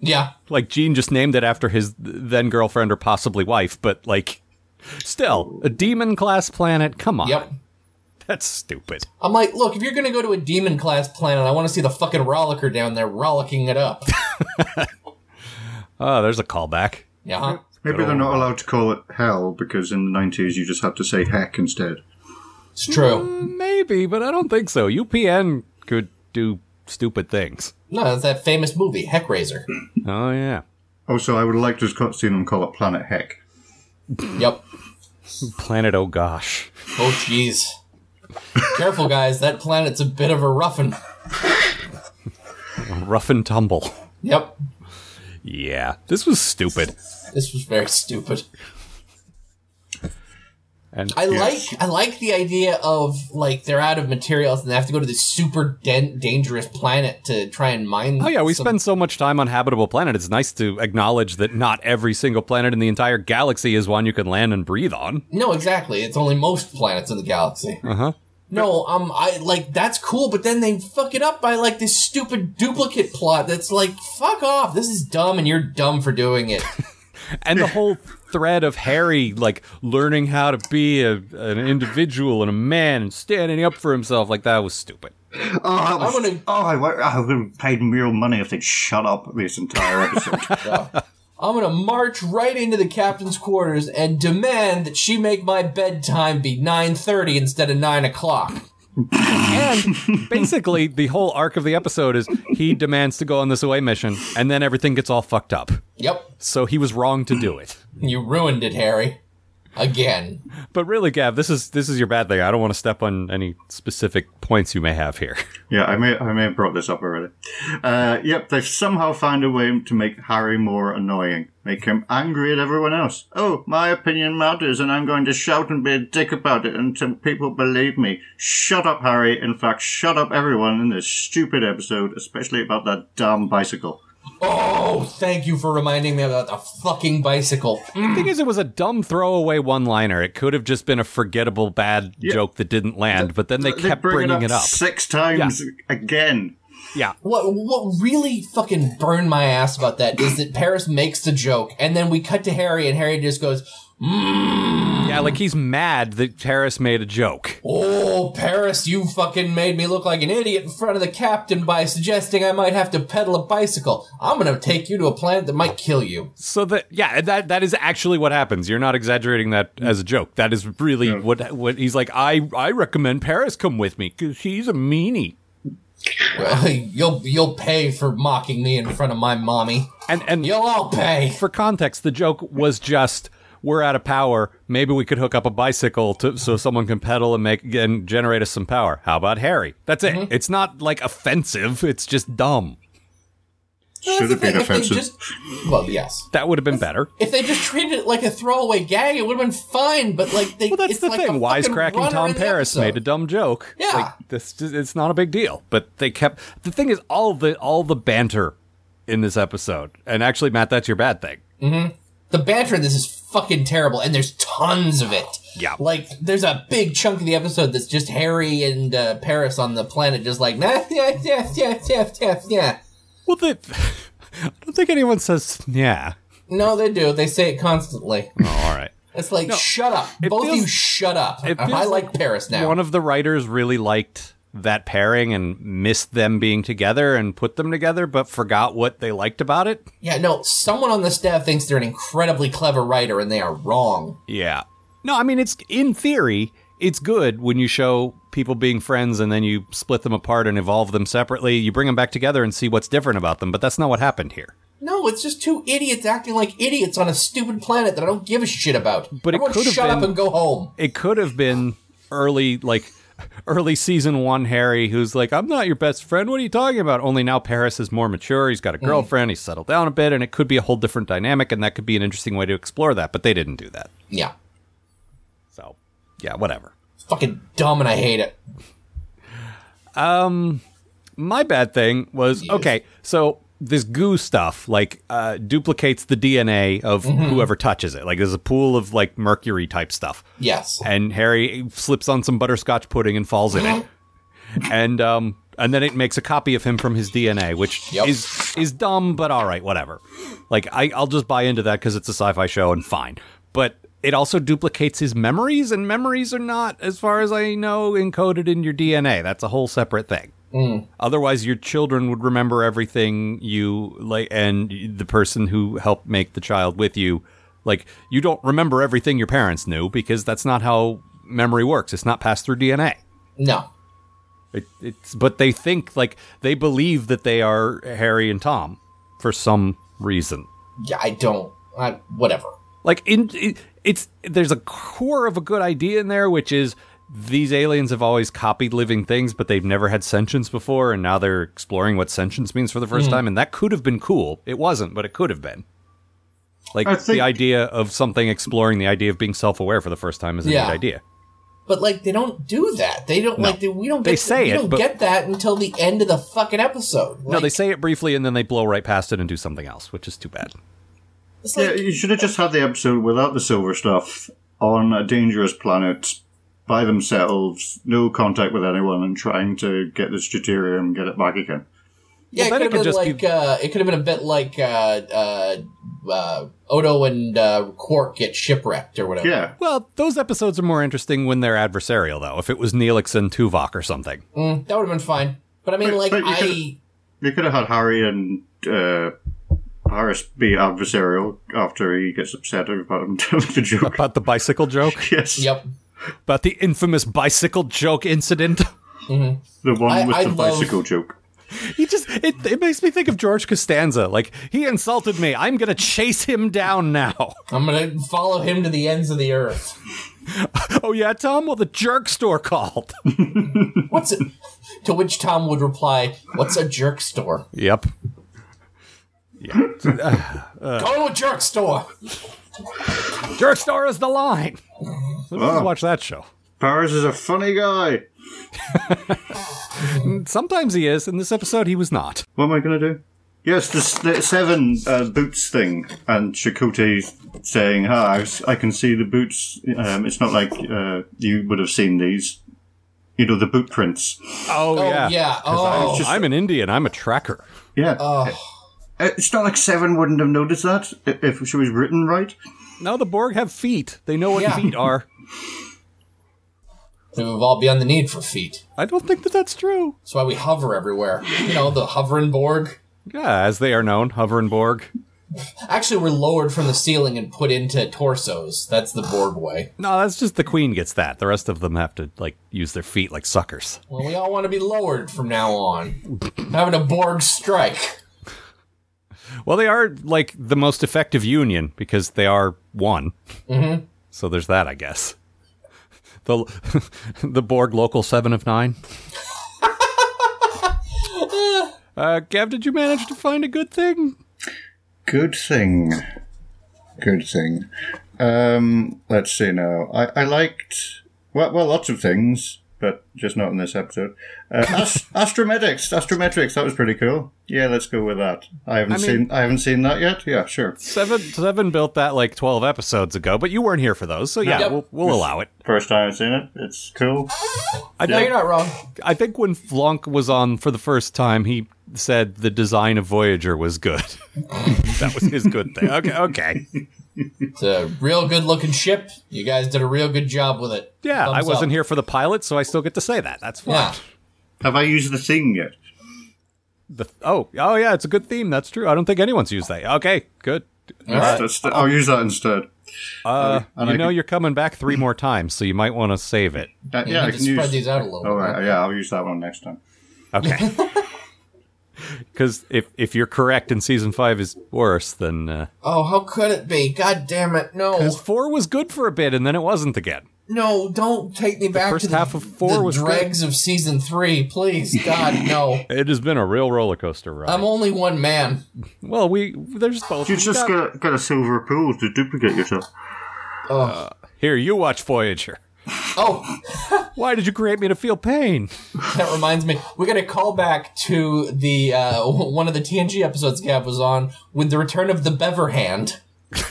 yeah,
Like Gene just named it after his then girlfriend or possibly wife, but like still a demon class planet. Come on.
yep.
That's stupid.
I'm like, look, if you're gonna go to a demon class planet, I want to see the fucking rollicker down there rollicking it up.
Oh, there's a callback.
Yeah, huh?
Maybe they're not allowed to call it hell because in the 90s you just had to say heck instead.
it's true.
Maybe, but I don't think so. UPN could do stupid things.
No, that's that famous movie, Heckraiser.
Oh yeah.
Also, I would like to have seen them call it Planet Heck.
yep.
Planet oh gosh.
Oh, jeez. Careful, guys. That planet's a bit of a roughin'.
rough and tumble.
Yep.
Yeah, this was stupid.
This was very stupid.
And
I
yeah.
like I like the idea of like they're out of materials and they have to go to this super den- dangerous planet to try and mine.
Oh yeah, we
some-
spend so much time on habitable planet. It's nice to acknowledge that not every single planet in the entire galaxy is one you can land and breathe on.
No, exactly. It's only most planets in the galaxy.
Uh huh.
No, um, I like that's cool, but then they fuck it up by like this stupid duplicate plot. That's like fuck off. This is dumb, and you're dumb for doing it.
And the whole thread of Harry like learning how to be a, an individual and a man and standing up for himself like that was stupid.
Oh, that was,
I'm gonna-
oh, I, wa- I would have paid real money if they'd shut up this entire episode.
I'm gonna march right into the captain's quarters and demand that she make my bedtime be 9:30 instead of 9 o'clock.
And basically, the whole arc of the episode is he demands to go on this away mission, and then everything gets all fucked up.
Yep,
So he was wrong to do it.
you ruined it, Harry. Again.
But really, Gav, this is this is your bad thing. I don't want to step on any specific points you may have here.
yeah, I may, I may have brought this up already. Uh, yep, they've somehow found a way to make Harry more annoying, make him angry at everyone else. Oh, my opinion matters, and I'm going to shout and be a dick about it until people believe me. Shut up, Harry. In fact, shut up, everyone, in this stupid episode, especially about that damn bicycle.
Oh, thank you for reminding me about the fucking bicycle.
The thing is, it was a dumb throwaway one-liner. It could have just been a forgettable bad joke that didn't land, but then they kept
bring
bringing it up.
six times again.
Yeah,
What what really fucking burned my ass about that is that Paris makes the joke, and then we cut to Harry, and Harry just goes, "Mm,
yeah, like he's mad that Harris made a joke.
"Oh, Paris, you fucking made me look like an idiot in front of the captain by suggesting I might have to pedal a bicycle. I'm gonna take you to a planet that might kill you."
So that yeah, that that is actually what happens. You're not exaggerating that as a joke. That is really what what he's like. I I recommend Paris come with me because she's a meanie.
Well, you'll you'll pay for mocking me in front of my mommy.
And and
You'll all pay.
for context, the joke was just we're out of power. Maybe we could hook up a bicycle to, so someone can pedal and make and generate us some power. How about Harry? That's it.
Mm-hmm.
It's not like offensive. It's just dumb.
Should have been
If they
offensive.
just- well, yes.
That would have been better.
If they just treated it like a throwaway gag, it would have been fine. But like, they,
Well, that's
it's
the
like a
thing.
fucking runner
Wisecracking Tom
in the
Paris
episode.
made a dumb joke.
Yeah.
like, this just- it's not a big deal. But they kept the thing is all the all the banter in this episode. And actually, Matt, that's your bad thing.
the banter in this is fucking terrible, and there's tons of it.
Yeah.
like there's a big chunk of the episode that's just Harry and uh, Paris on the planet, just like nah, yeah, yeah, yeah, yeah, yeah, yeah.
Well, the, I don't think anyone says yeah.
No, they do. They say it constantly.
Oh, all right.
It's like shut up, both
feels-
of you, shut up.
it
I
feels
like, Paris now.
One of the writers really liked that pairing and missed them being together and put them together, but forgot what they liked about it.
yeah, no, someone on the staff thinks they're an incredibly clever writer, and they are wrong.
Yeah. No, I mean it's in theory, it's good when you show people being friends and then you split them apart and evolve them separately. You bring them back together and see what's different about them, but that's not what happened here.
No, it's just two idiots acting like idiots on a stupid planet that I don't give a shit about.
But it
Everyone
could've
shut up
been-
and go home.
It could have been early like early season 1 Harry who's like, "I'm not your best friend. What are you talking about?" Only now Paris is more mature. He's got a girlfriend. He's settled down a bit and it could be a whole different dynamic and that could be an interesting way to explore that, but they didn't do that.
Yeah,
So, yeah, whatever.
fucking dumb, and I hate it.
my bad thing was okay so this goo stuff like uh, duplicates the dna of whoever touches it like there's a pool of like mercury type stuff
Yes.
and harry slips on some butterscotch pudding and falls in it and um and then it makes a copy of him from his dna which
Yep.
is is dumb but all right whatever like I, i'll just buy into that because it's a sci-fi show and fine but it also duplicates his memories and memories are not as far as i know encoded in your dna that's a whole separate thing Otherwise, your children would remember everything you like, and the person who helped make the child with you. Like, you don't remember everything your parents knew because that's not how memory works. It's not passed through DNA.
No.
It, it's but they think like they believe that they are Harry and Tom for some reason.
Yeah, I don't. I, whatever.
Like in it, it's there's a core of a good idea in there, which is these aliens have always copied living things, but they've never had sentience before, and now they're
Hmm.
exploring what sentience means for the first time, and that could have been cool. It wasn't, but it could have been. Like
I think-
the idea of something exploring the idea of being self-aware for the first time is a
Yeah.
neat idea.
But like they don't do that. They don't like they, we don't.
They
get,
say
we
it,
don't
but-
get that until the end of the fucking episode.
no,
Like,
they say it briefly and then they blow right past it and do something else, which is too bad.
it's
Yeah,
like,
you should have just had the episode without the silver stuff on a dangerous planet by themselves, no contact with anyone, and trying to get this deuterium and get it back again.
yeah,
Well,
it could have
then
been
it could
like
just be-
uh, it could have been a bit like uh, uh, uh, Odo and uh, Quark get shipwrecked or whatever.
Yeah,
Well, those episodes are more interesting when they're adversarial, though. If it was Neelix and Tuvok or something,
Mm, that would have been fine. But I mean,
But-
like
but you
I.
could've- you could have had Harry and uh, Harris be adversarial after he gets upset about him telling the joke.
about the bicycle joke,
yes,
Yep.
about the infamous bicycle joke incident.
the one
I-
with
I
the
love-
bicycle joke.
He just it, it makes me think of George Costanza. Like he insulted me. I'm gonna chase him down now.
I'm gonna follow him to the ends of the earth.
oh yeah, Tom. Well, the jerk store called.
What's it? to which Tom would reply, "What's a jerk store?
yep.
Go to a jerk store."
Jerk store is the line. Let's
Oh.
watch that show.
Paris is a funny guy.
Sometimes he is. In this episode, he was not.
What am I going to do? Yes, the, s- the seven uh, boots thing, and Chakotay saying, "Ah, I s- I can see the boots. Um, it's not like uh, you would have seen these. You know, the boot prints.
Oh,
Oh
yeah.
yeah. Oh,
I'm an Indian. I'm a tracker.
Yeah,
Oh.
Uh, it's not like seven wouldn't have noticed that i- if she was written right.
No, the Borg have feet. They know what
Yeah.
feet are.
we've evolved beyond the need for feet.
I don't think that that's true.
That's why we hover everywhere. You know, the hovering Borg.
Yeah, as they are known, Hovernborg.
Actually, we're lowered from the ceiling and put into torsos. That's the Borg way.
No, that's just the queen gets that. The rest of them have to like use their feet like suckers.
Well, we all want to be lowered from now on. Having a Borg strike.
Well, they are like the most effective union because they are one. Mm-hmm. So there's that, I guess. The the Borg local seven of nine. uh, Gav, did you manage to find a good thing?
Good thing. Good thing. Um, let's see now. I, I liked well, well, lots of things, but just not in this episode. Uh, Ast- Astrometrics, Astrometrics, that was pretty cool. Yeah, let's go with that. I
mean-
haven't seen, I haven't seen that yet. Yeah, sure.
Seven Seven built that like twelve episodes ago, but you weren't here for those, so yeah,
Yep.
we'll, we'll allow it.
First time I've seen it. It's cool.
I
No,
think-
you're not wrong.
I think when Flonk was on for the first time, he said the design of Voyager was good. that was his good thing. Okay, okay.
It's a real good looking ship. You guys did a real good job with it.
Yeah, I
Thumbs
wasn't
up.
here for the pilot, so I still get to say that. That's fine.
Yeah.
Have I used the thing yet?
The, oh, oh yeah, it's a good theme. That's true. I don't think anyone's used that. Okay, good.
That's- I'll use that instead.
Uh,
and
you
I
know
can-
you're coming back three more times, so you might want to save it.
Uh,
You
yeah, I
need to
can
spread
use.
these out a little.
All right, yeah, I'll use that one next time.
Okay. Because if if you're correct and season five is worse, then uh,
Oh, how could it be? God damn it! No,
'cause four was good for a bit and then it wasn't again.
no, don't take me back
first
to the,
half of four
the
was good.
dregs of season three, please. God, no.
It has been a real roller coaster ride.
I'm only one man.
well, we there's both.
You
we
just
got-
get a, get a silver pool to duplicate yourself.
Here, you watch Voyager.
Oh,
Why did you create me to feel pain?
That reminds me, we got to call back to the uh, one of the TNG episodes Gab was on with the return of the Bever Hand.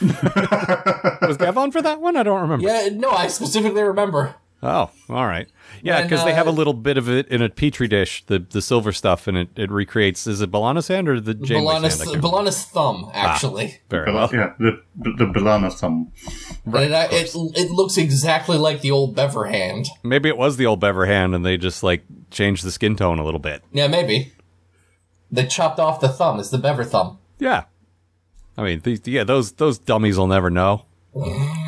Was Gav on for that one? I don't remember.
Yeah, no, I specifically remember.
Oh, all right. Yeah,
When,
because they have a
uh,
little bit of it in a petri dish, the the silver stuff, and it, it recreates. Is it Balana's hand or the Janeway's hand? I Ah,
Belana's,
can't remember.
Belana's thumb, actually.
Very well.
Bel- yeah, the the Belana thumb.
and it, uh, it, it looks exactly like the old Bever Hand.
Maybe it was the old Bever hand, and they just like changed the skin tone a little bit.
Yeah, maybe. They chopped off the thumb. It's the Bever thumb.
Yeah. I mean, these, yeah, those those dummies will never know.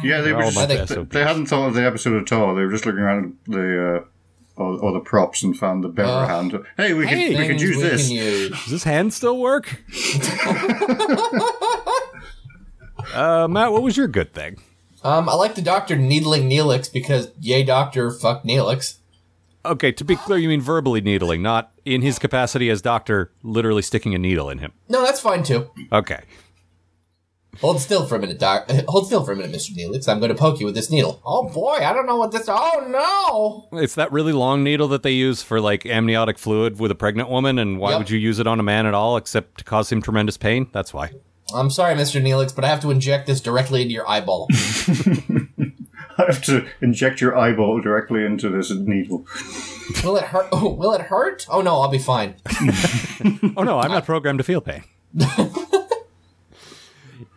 Yeah, they were
all
just,
about
the
they,
SOBs.
they hadn't thought of the episode at all. They were just looking around at the uh, all, all the props and found the bever hand. Hey, we could we
Oh.
could
Things
use
we
this.
can use.
Does this hand still work? uh, Matt, what was your good thing?
Um, I like the doctor needling Neelix because yay, doctor, fuck Neelix.
Okay, to be clear, you mean verbally needling, not in his capacity as doctor, literally sticking a needle in him.
No, that's fine too.
Okay.
Hold still for a minute, Doc. Hold still for a minute, Mr. Neelix. I'm going to poke you with this needle. Oh boy, I don't know what this. Oh no!
It's that really long needle that they use for like amniotic fluid with a pregnant woman, and why
Yep.
would you use it on a man at all except to cause him tremendous pain? That's why.
I'm sorry, Mr. Neelix, but I have to inject this directly into your eyeball.
I have to inject your eyeball directly into this needle.
will it hurt? Oh, will it hurt? Oh no, I'll be fine.
Oh no, I'm not programmed to feel pain.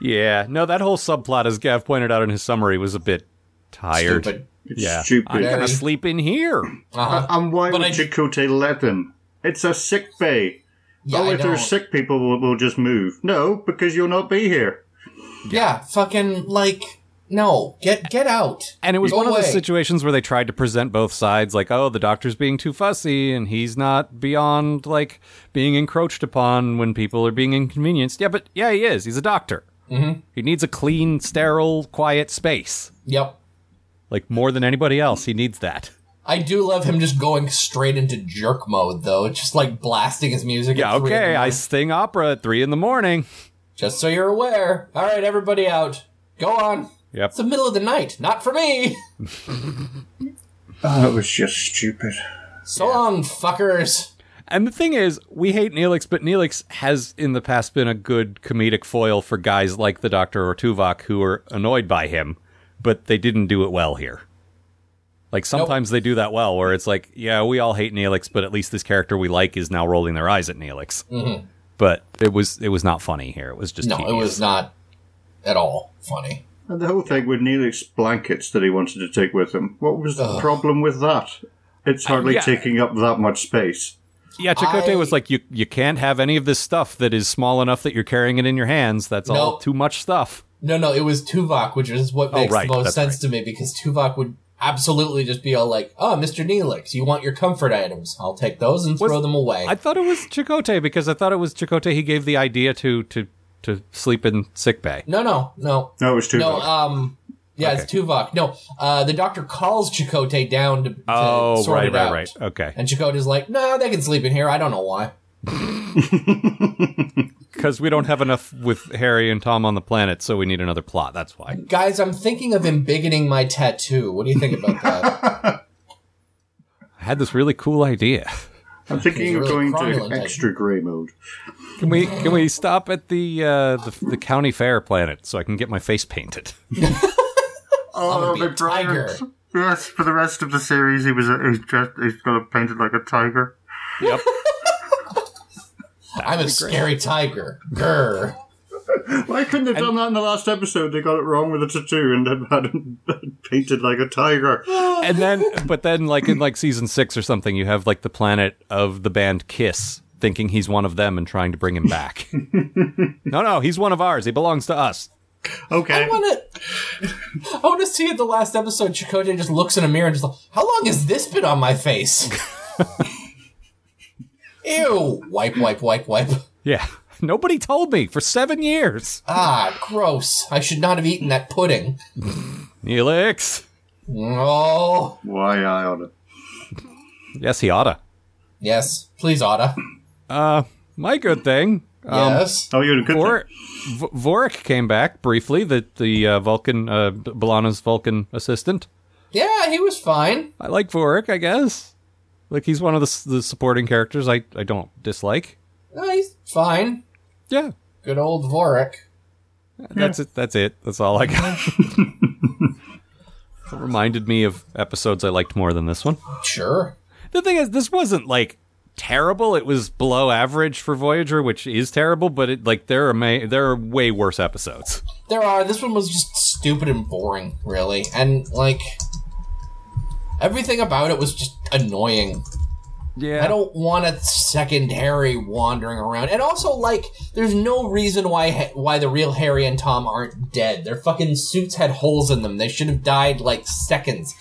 yeah, no, that whole subplot, as Gav pointed out in his summary, was a bit tired.
Stupid.
It's
Yeah.
stupid.
I'm
Very-
gonna sleep in here.
Uh-huh.
Uh, And why
But
would
I-
Chakotay let them? It's a sick bay.
Yeah,
oh,
I
if there's
don't-
sick people, we'll, we'll just move. No, because you'll not be here.
Yeah, fucking like no. Get get out.
And it was
Go
one of
away.
those situations where they tried to present both sides, like, oh, the doctor's being too fussy, and he's not beyond like being encroached upon when people are being inconvenienced. Yeah, but yeah, he is. He's a doctor. Mm-hmm. He needs a clean, sterile, quiet space.
Yep.
Like more than anybody else, he needs that.
I do love him just going straight into jerk mode though. It's just like blasting his music.
Yeah,
at three in the
okay. I
morning.
sing opera at three in the morning.
Just so you're aware. All right, everybody out. Go on.
Yep.
It's the middle of the night. Not for me.
Oh, it was just stupid.
So long, fuckers.
And the thing is, we hate Neelix, but Neelix has in the past been a good comedic foil for guys like the Doctor or Tuvok who are annoyed by him, but they didn't do it well here. Like sometimes they do that well, where it's like, yeah, we all hate Neelix, but at least this character we like is now rolling their eyes at Neelix. But it was it was not funny here. It was just
Mm-hmm. No, it
tedious.
was not at all funny.
And the whole thing with Neelix blankets that he wanted to take with him. What was the problem with that? It's hardly
yeah.
taking up that much space.
Yeah, Chakotay
I-
was like, you you can't have any of this stuff that is small enough that you're carrying it in your hands. That's all
Nope.
too much stuff.
No, no, it was Tuvok, which is what makes
Oh, right,
the most
that's
sense to me because Tuvok would absolutely just be all like, "Oh, Mister Neelix, you want your comfort items? I'll take those and throw them away."
I thought it was Chakotay because I thought it was Chakotay. He gave the idea to to to sleep in sick bay.
no, no, no,
No, it was too
no.
bad.
Um, yeah, it's Tuvok. No, uh, the doctor calls Chakotay down to, to
Oh,
sort it out,
Okay,
And Chakotay's like, "No, they can sleep in here. I don't know why."
because we don't have enough with Harry and Tom on the planet, so we need another plot. That's why.
Guys, I'm thinking of embiggening my tattoo. What do you think about that?
I had this really cool idea.
I'm thinking
He's
of
really
going
crawling
to
like-
extra grey mode.
Can we can we stop at the uh, the, the county fair planet so I can get my face painted?
Oh,
be a tiger.
Yes, for the rest of the series, he was he's dressed. He's got it painted like a tiger.
Yep.
I'm a scary tiger. Grr.
Why couldn't they've done that in the last episode? They got it wrong with the tattoo and then had him painted like a tiger.
and then but then like in like season six or something, you have like the planet of the band Kiss thinking he's one of them and trying to bring him back. no, no, he's one of ours. He belongs to us.
Okay,
I want to. I want to see in the last episode, Chakotay just looks in a mirror and just like, "How long has this been on my face?" Ew! Wipe, wipe, wipe, wipe.
Yeah. Nobody told me for seven years.
Ah, gross! I should not have eaten that pudding.
Neelix.
Oh,
why I oughta.
Yes, he oughta.
yes. Please, Otta.
My good thing.
Yes.
Oh, you're a good.
Vor- v- Vorik came back briefly, the, the uh, Vulcan, uh, B- Balana's Vulcan assistant.
Yeah, he was fine.
I like Vorik, I guess. Like, he's one of the, s- the supporting characters I, I don't dislike.
No, Uh, he's fine.
Yeah,
Good old Vorik.
that's it. That's it. That's all I got. It reminded me of episodes I liked more than this one.
Sure.
The thing is, this wasn't like terrible. It was below average for Voyager, which is terrible. But it like there are may, there are way worse episodes.
There are. This one was just stupid and boring, really. And, like, everything about it was just annoying.
Yeah,
I don't want a second Harry wandering around. And also, like, there's no reason why Ha- why the real Harry and Tom aren't dead. Their fucking suits had holes in them. They should have died, like, seconds.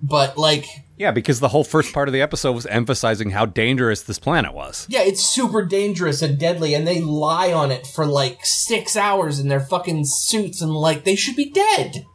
But, like,
yeah, because the whole first part of the episode was emphasizing how dangerous this planet was.
yeah, it's super dangerous and deadly, and they lie on it for, like, six hours in their fucking suits, and, like, they should be dead.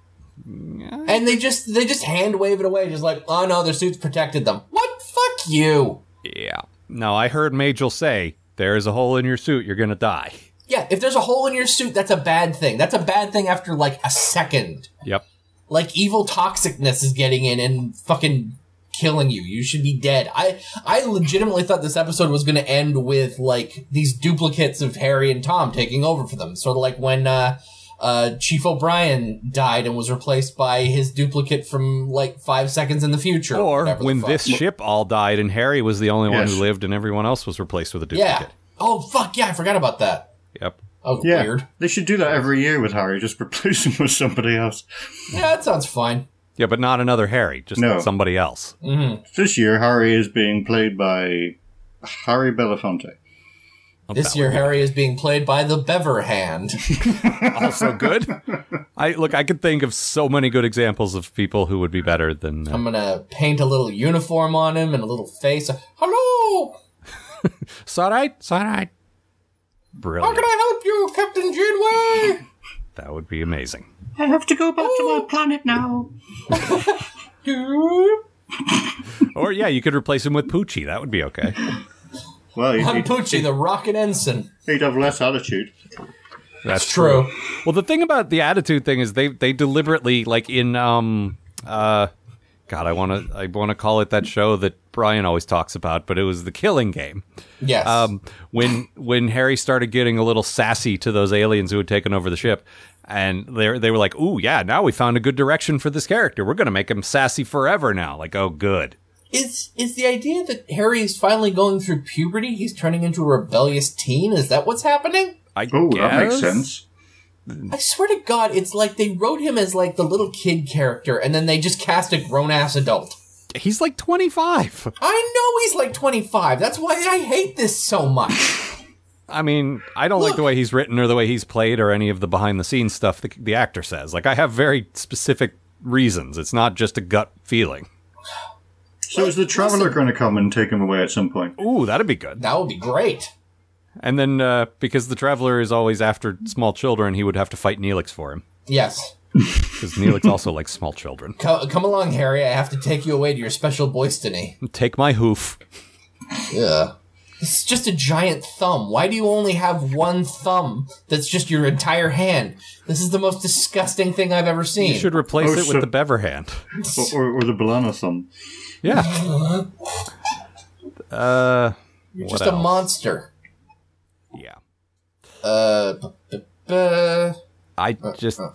And they just they just hand wave it away, just like, oh no, their suits protected them. What? Fuck you.
Yeah. Now I heard Majel say there is a hole in your suit. You're gonna die.
Yeah, if there's a hole in your suit, that's a bad thing. That's a bad thing after like a second.
Yep.
Like evil toxicness is getting in and fucking killing you. You should be dead. I I legitimately thought this episode was going to end with like these duplicates of Harry and Tom taking over for them. Sort of like when uh uh Chief O'Brien died and was replaced by his duplicate from like 5 seconds in the future
Or
whatever the
when
fuck.
this ship all died and Harry was the only one
Yes.
who lived and everyone else was replaced with a
Yeah.
duplicate.
Oh fuck, yeah, I forgot about that.
Yep.
Oh,
Yeah,
weird.
they should do that every year with Harry, just replace him with somebody else.
Yeah, that sounds fine.
Yeah, but not another Harry, just
No.
somebody else.
This year, Harry is being played by Harry Belafonte.
This year, Harry is being played by the Bever Hand.
Also good. I look I could think of so many good examples of people who would be better than uh,
I'm gonna paint a little uniform on him and a little face. Hello,
It's all right. It's all right.
how
Brilliant.
can I help you, Captain Janeway?
That would be amazing.
I have to go back to my planet now.
Or yeah, you could replace him with Poochie. That would be okay.
Well, he'd,
I'm
he'd,
Poochie, the Rocket Ensign.
he'd have less attitude.
That's
True.
Well, the thing about the attitude thing is they they deliberately like in um uh God, I want to I want to call it that show that Brian always talks about, but it was the Killing Game.
Yes.
Um, when when Harry started getting a little sassy to those aliens who had taken over the ship, and they they were like, "Ooh, yeah, now we found a good direction for this character. We're gonna make him sassy forever now." Like, oh, good.
is is the idea that Harry is finally going through puberty? He's turning into a rebellious teen. Is that what's happening?
I
Oh, that makes
guess?
sense.
I swear to God, it's like they wrote him as like the little kid character, and then they just cast a grown ass adult.
He's like twenty five.
I know he's like 25. That's why I hate this so much.
I mean, I don't like the way he's written or the way he's played or any of the behind the scenes stuff the, the actor says. Like, I have very specific reasons. It's not just a gut feeling.
So is the traveler going to come and take him away at some point?
Ooh, that'd be good.
That would be great.
And then, uh, because the traveler is always after small children, he would have to fight Neelix for him.
Yes.
Because Neelix also likes small children.
Come, come along, Harry. I have to take you away to your special boistony.
Take my hoof.
Yeah. It's just a giant thumb. Why do you only have one thumb that's just your entire hand? This is the most disgusting thing I've ever seen.
You should replace
Oh,
it with
so-
the bever hand.
Or, or, or the banana thumb?
Yeah. Uh,
You're
what
just a
else?
monster.
Yeah.
Uh, bu- bu- bu-
I just uh,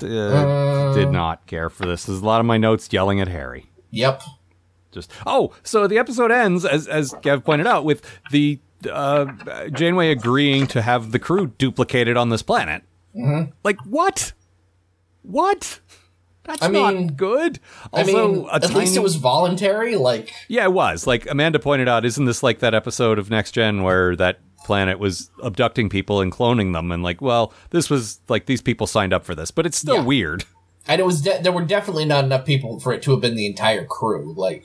did not care for this. There's a lot of my notes yelling at Harry.
yep.
just oh so the episode ends as as gav pointed out with the uh janeway agreeing to have the crew duplicated on this planet
Mm-hmm.
like what what that's
I mean-
not good
I
also
mean,
a
at
tiny,
least it was voluntary. Like,
yeah it was like amanda pointed out isn't this like that episode of next gen where that planet was abducting people and cloning them and like well this was like these people signed up for this but it's still
Yeah.
weird
and it was de- there were definitely not enough people for it to have been the entire crew. Like,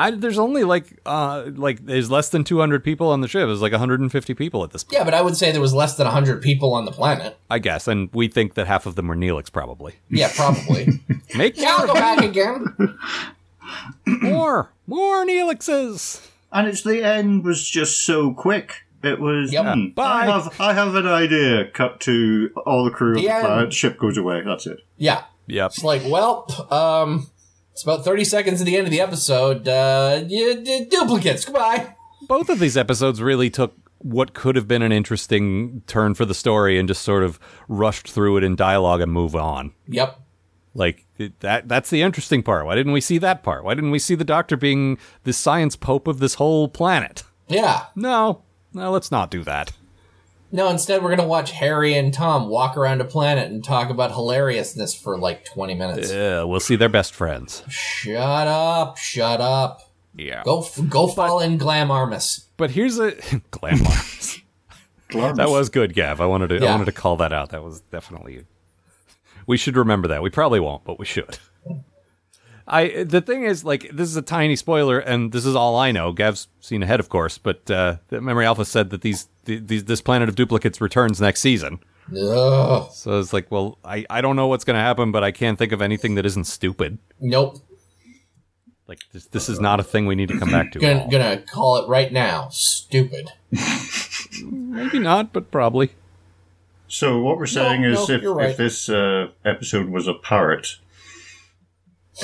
I, there's only like uh like there's less than 200 people on the ship there's like 150 people at this point
yeah, but I would say there was less than hundred people on the planet.
I guess, and we think that half of them were Neelix, probably.
Yeah, probably.
Make
yeah, I'll go back again.
more, more Neelixes.
And it's the end was just so quick. It was.
Yep.
"Hmm,
Bye."
I have I have an idea. Cut to all the crew of
The
the
end.
planet. Ship goes away. That's it.
Yeah.
Yep.
It's like, well, um, it's about 30 seconds at the end of the episode. Uh, yeah, d- duplicates. Goodbye.
Both of these episodes really took what could have been an interesting turn for the story and just sort of rushed through it in dialogue and move on.
Yep.
Like it- that that's the interesting part. Why didn't we see that part? Why didn't we see the doctor being the science pope of this whole planet?
Yeah.
No. No, let's not do that.
No, instead, we're going to watch Harry and Tom walk around a planet and talk about hilariousness for like 20 minutes.
Yeah, Uh, we'll see their best friends.
Shut up. Shut up.
Yeah.
Go, f- go fall in Glam Armus.
But here's a glamour. That was good, Gav. I wanted to I
Yeah.
wanted to call that out. That was definitely we should remember that. We probably won't, but we should. I the thing is like this is a tiny spoiler, and this is all I know. Gav's seen ahead, of course, but uh, that Memory Alpha said that these, th- these this planet of duplicates returns next season.
Ugh.
So it's like, well, I, I don't know what's going to happen, but I can't think of anything that isn't stupid.
Nope.
Like this, this is not a thing we need to come back to. at
Gonna,
all.
gonna call it right now. Stupid.
Maybe not, but probably.
So what we're saying
No,
is,
no,
if,
you're right.
if this uh, episode was a parrot,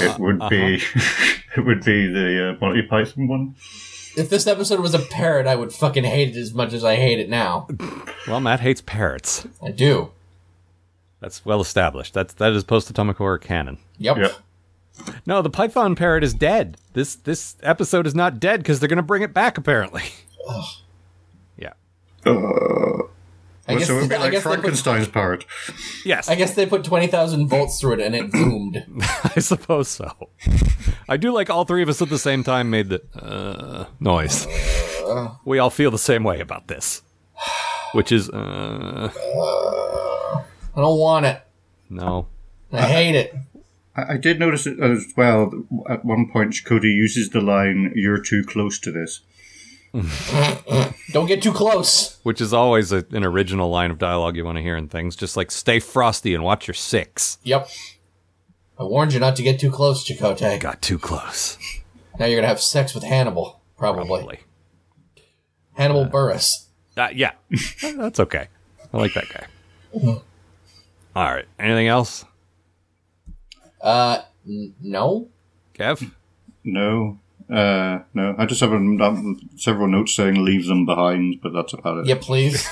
Uh,
it would be
uh-huh.
it would be the uh, Monty Python one.
If this episode was a parrot, I would fucking hate it as much as I hate it now.
Well, Matt hates parrots.
I do.
That's well established. That's that is post-atomic horror canon.
Yep.
Yep.
No, the python parrot is dead. This this episode is not dead because they're going to bring it back apparently. yeah.
I guess,
so it would be
I,
like
guess they put,
Frankenstein's parrot.
Yes,
I
I,
guess they put 20,000 volts through it and it boomed.
suppose so. I do like all three of us at the same time made the uh, noise.
Uh.
we all feel the same way about this, which is uh,
I don't want it.
no.
I hate it.
I, I did notice it as well. that At one point, Cody uses the line, "You're too close to this."
Don't get too close.
Which is always a, an original line of dialogue you want to hear in things. Just like stay frosty and watch your six.
Yep. I warned you not to get too close, Chakotay.
Got too close.
Now you're gonna have sex with Hannibal, probably.
Probably.
Hannibal Burris.
Uh, yeah, that's okay. I like that guy.
Uh-huh.
All right. Anything else,
No,
Kev?
No, uh, no. I just have um, um, several notes saying "leave them behind," but that's about it.
yeah, please.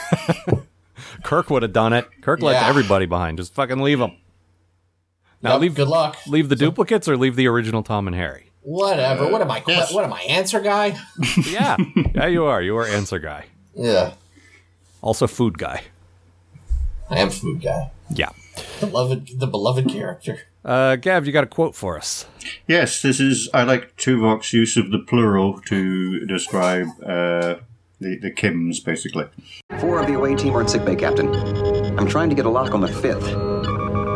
Kirk would have done it. Kirk left
Yeah.
everybody behind. Just fucking leave them. Now
Yep,
leave
Good luck.
leave the duplicates or leave the original Tom and Harry.
Whatever. what am I? que- What am I? Answer guy.
Yeah, yeah, you are. You are answer guy.
Yeah,
Also food guy.
I am food guy.
Yeah.
Beloved, the beloved character.
Uh, Gav, you got a quote for us?
Yes, this is. I like Tuvok's use of the plural to describe uh, the the Kims, basically.
Four of the away team are at sickbay, Captain. I'm trying to get a lock on the fifth.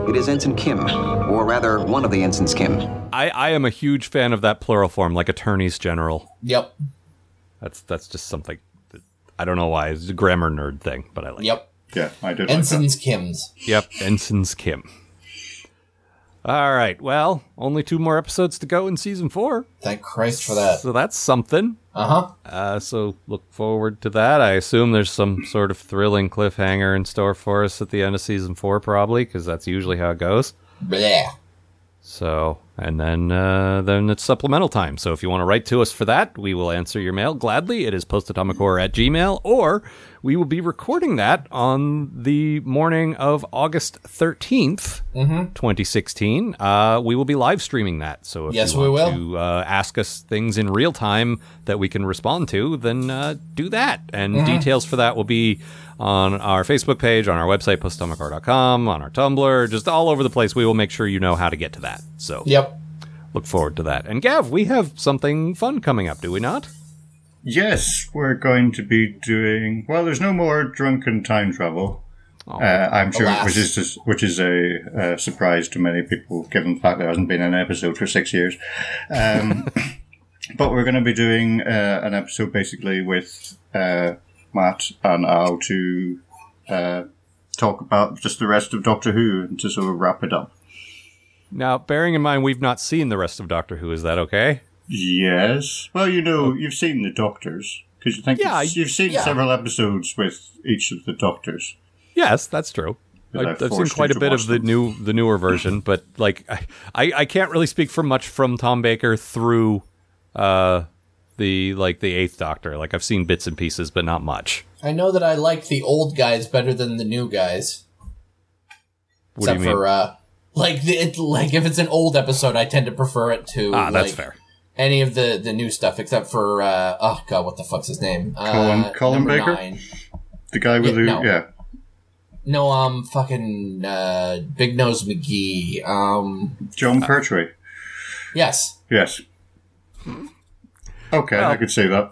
It is Ensign Kim, or rather, one of the ensigns Kim.
I, I am a huge fan of that plural form, like attorneys general.
Yep.
That's that's just something. That, I don't know why. It's a grammar nerd thing, but I like. it.
Yep.
Yeah, I did. Like
Ensigns Kims.
Yep, Ensign's Kim. All right. Well, only two more episodes to go in season four,
Thank Christ for that.
so that's something.
Uh huh.
Uh, so look forward to that. I assume there's some sort of thrilling cliffhanger in store for us at the end of season four, probably, because that's usually how it goes.
Yeah.
So, and then uh, then it's supplemental time. So if you want to write to us for that, we will answer your mail gladly. It is postatomichorror at gmail, or we will be recording that on the morning of August 13th,
Mm-hmm.
2016. Uh, we will be live streaming that. So if
Yes,
you
we
want
will.
to uh, ask us things in real time that we can respond to, then uh, do that. And details for that will be on our Facebook page, on our website, postatomichorror.com, on our Tumblr, just all over the place. We will make sure you know how to get to that. So
Yep.
look forward to that. And Gav, we have something fun coming up, do we not?
that. Yes, we're going to be doing. Well, there's no more drunken time travel. Uh, I'm sure,
Alas.
which is just, which is a uh, surprise to many people, given the fact there hasn't been an episode for six years. Um, but we're going to be doing uh, an episode basically with uh, Matt and Al to uh, talk about just the rest of Doctor Who and to sort of wrap it up.
Now, bearing in mind we've not seen the rest of Doctor Who, is that okay?
Yes. Well, you know, you've seen the Doctors because you think
Yeah,
it's- you've seen
yeah.
several episodes with each of the Doctors.
Yes, that's true.
But
I,
I
I've seen
forced
quite
you
a
to
bit
watch
of the
them.
new, the newer version, but like I, I, I can't really speak for much from Tom Baker through uh, the like the Eighth Doctor. Like I've seen bits and pieces, but not much.
I know that I like the old guys better than the new guys.
What do you
except
mean?
for uh, like the, it, like if it's an old episode, I tend to prefer it to
ah, that's
like,
fair.
any of the the new stuff except for uh oh god what the fuck's his name
Colin-
uh,
Colin
number
Baker?
nine.
The guy with
Yeah,
the
no.
yeah.
no um fucking uh big nose mcgee um
John Pertwee.
yes
Yes.
Hmm?
Okay, I
Well,
could say that.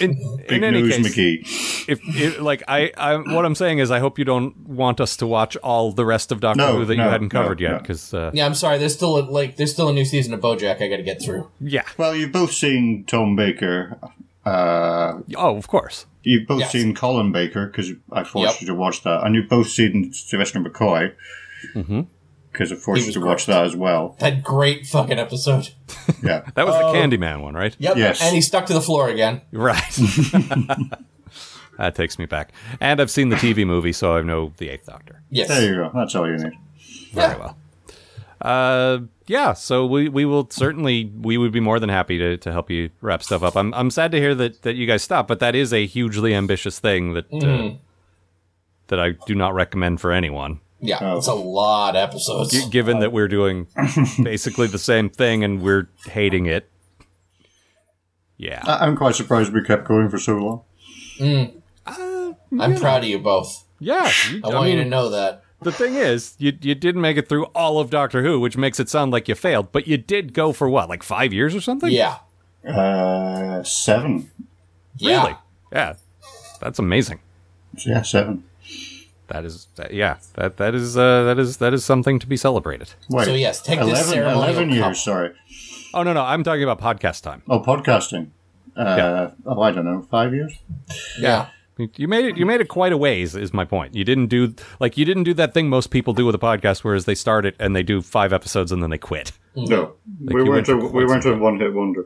In,
Big
in any
news,
case,
McGee.
if, if like I, I, what I'm saying is, I hope you don't want us to watch all the rest of Doctor
No,
Who that
no,
you hadn't
no,
covered yet,
no.
because uh,
yeah i'm sorry there's still a, like there's still a new season of bojack i gotta get through
yeah.
Well, you've both seen Tom Baker. Uh,
Oh, of course.
you've both
Yes.
seen Colin Baker because I
Yep.
forced you to watch that, and you've both seen Sylvester McCoy because I forced
Mm-hmm. He
you
was
to watch that as well.
that great fucking episode
Yeah,
That was the Candyman one, right?
yep
Yes.
and he stuck to the floor again
Right. That takes me back. And I've seen the TV movie, so I know the Eighth Doctor
Yes.
There you go. That's all you need.
very
Yeah.
well. Uh, yeah. So we we will certainly we would be more than happy to, to help you wrap stuff up. I'm I'm sad to hear that that you guys stopped, but that is a hugely ambitious thing that
Mm-hmm.
uh, that I do not recommend for anyone.
Yeah, it's a lot of episodes.
G- given that we're doing basically the same thing and we're hating it. Yeah.
Uh,
I- I'm quite surprised we kept going for so long.
I'm proud of you both.
yeah. you-
I,
I
want you
mean,
to know that.
The thing is, you you didn't make it through all of Doctor Who, which makes it sound like you failed, but you did go for what, like five years or something?
Yeah.
Uh, seven.
Yeah.
Really? Yeah. That's amazing.
Yeah, seven.
That is that, yeah. That that is uh, that is that is something to be celebrated.
Wait,
So yes, take this ceremonial
years,
cup.
sorry.
Oh no no, I'm talking about podcast time.
Oh, podcasting. Uh, Oh, I don't know, five years?
Yeah.
You made it you made it quite a ways is my point. You didn't do like you didn't do that thing most people do with a podcast whereas they start it and they do 5 episodes and then they quit.
Mm.
No. we
you went
weren't, a,
for quite
we weren't
some
a one hit wonder,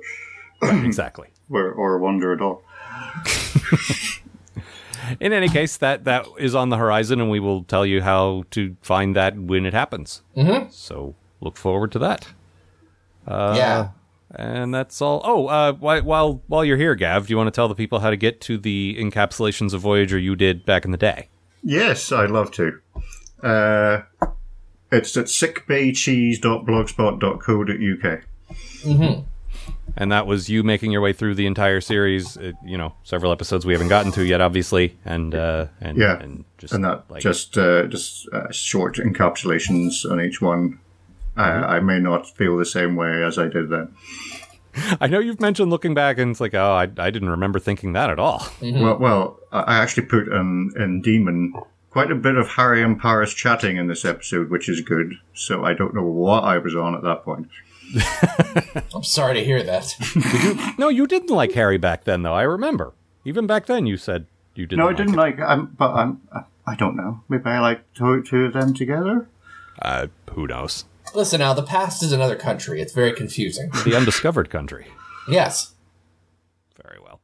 exactly.
or, or a wonder at all.
In any case, that that is on the horizon and we will tell you how to find that when it happens. Mm-hmm. So look forward to that. Uh,
yeah.
And that's all. Oh, uh, whi- while while you're here, Gav, do you want to tell the people how to get to the encapsulations of Voyager you did back in the day?
Yes, I'd love to. Uh, it's at sickbaycheese.blogspot.co.uk.
And that was you making your way through the entire series. uh you know, several episodes we haven't gotten to yet, obviously, and uh, and
Yeah,
and just
and that
like
just uh, just uh, short encapsulations on each one.
Mm-hmm.
I, I may not feel the same way as I did then.
I know you've mentioned looking back, and it's like, oh, I, I didn't remember thinking that at all.
Well, well, I I actually put in in Demon quite a bit of Harry and Paris chatting in this episode, which is good. So I don't know what I was on at that point.
I'm sorry to hear that.
no, you didn't like Harry back then, though. I remember. Even back then, you said you didn't.
No, I
like
didn't
it.
like. I'm, but I'm. I- I don't know. Maybe I like two, two of them together.
Uh, who knows?
Listen now, the past is another country. It's very confusing.
The undiscovered country.
Yes.
Very well.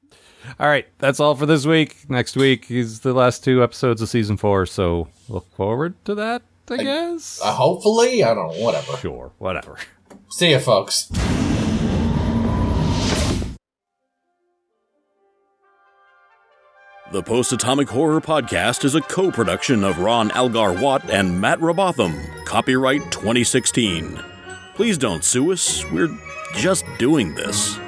All right, that's all for this week. Next week is the last two episodes of season four, so look forward to that, I, guess.
Uh, hopefully, I don't know, whatever.
sure, whatever.
See ya, folks.
The Post Atomic Horror Podcast is a co production of Ron Algar Watt and Matt Robotham. Copyright 2016. Please don't sue us. We're just doing this.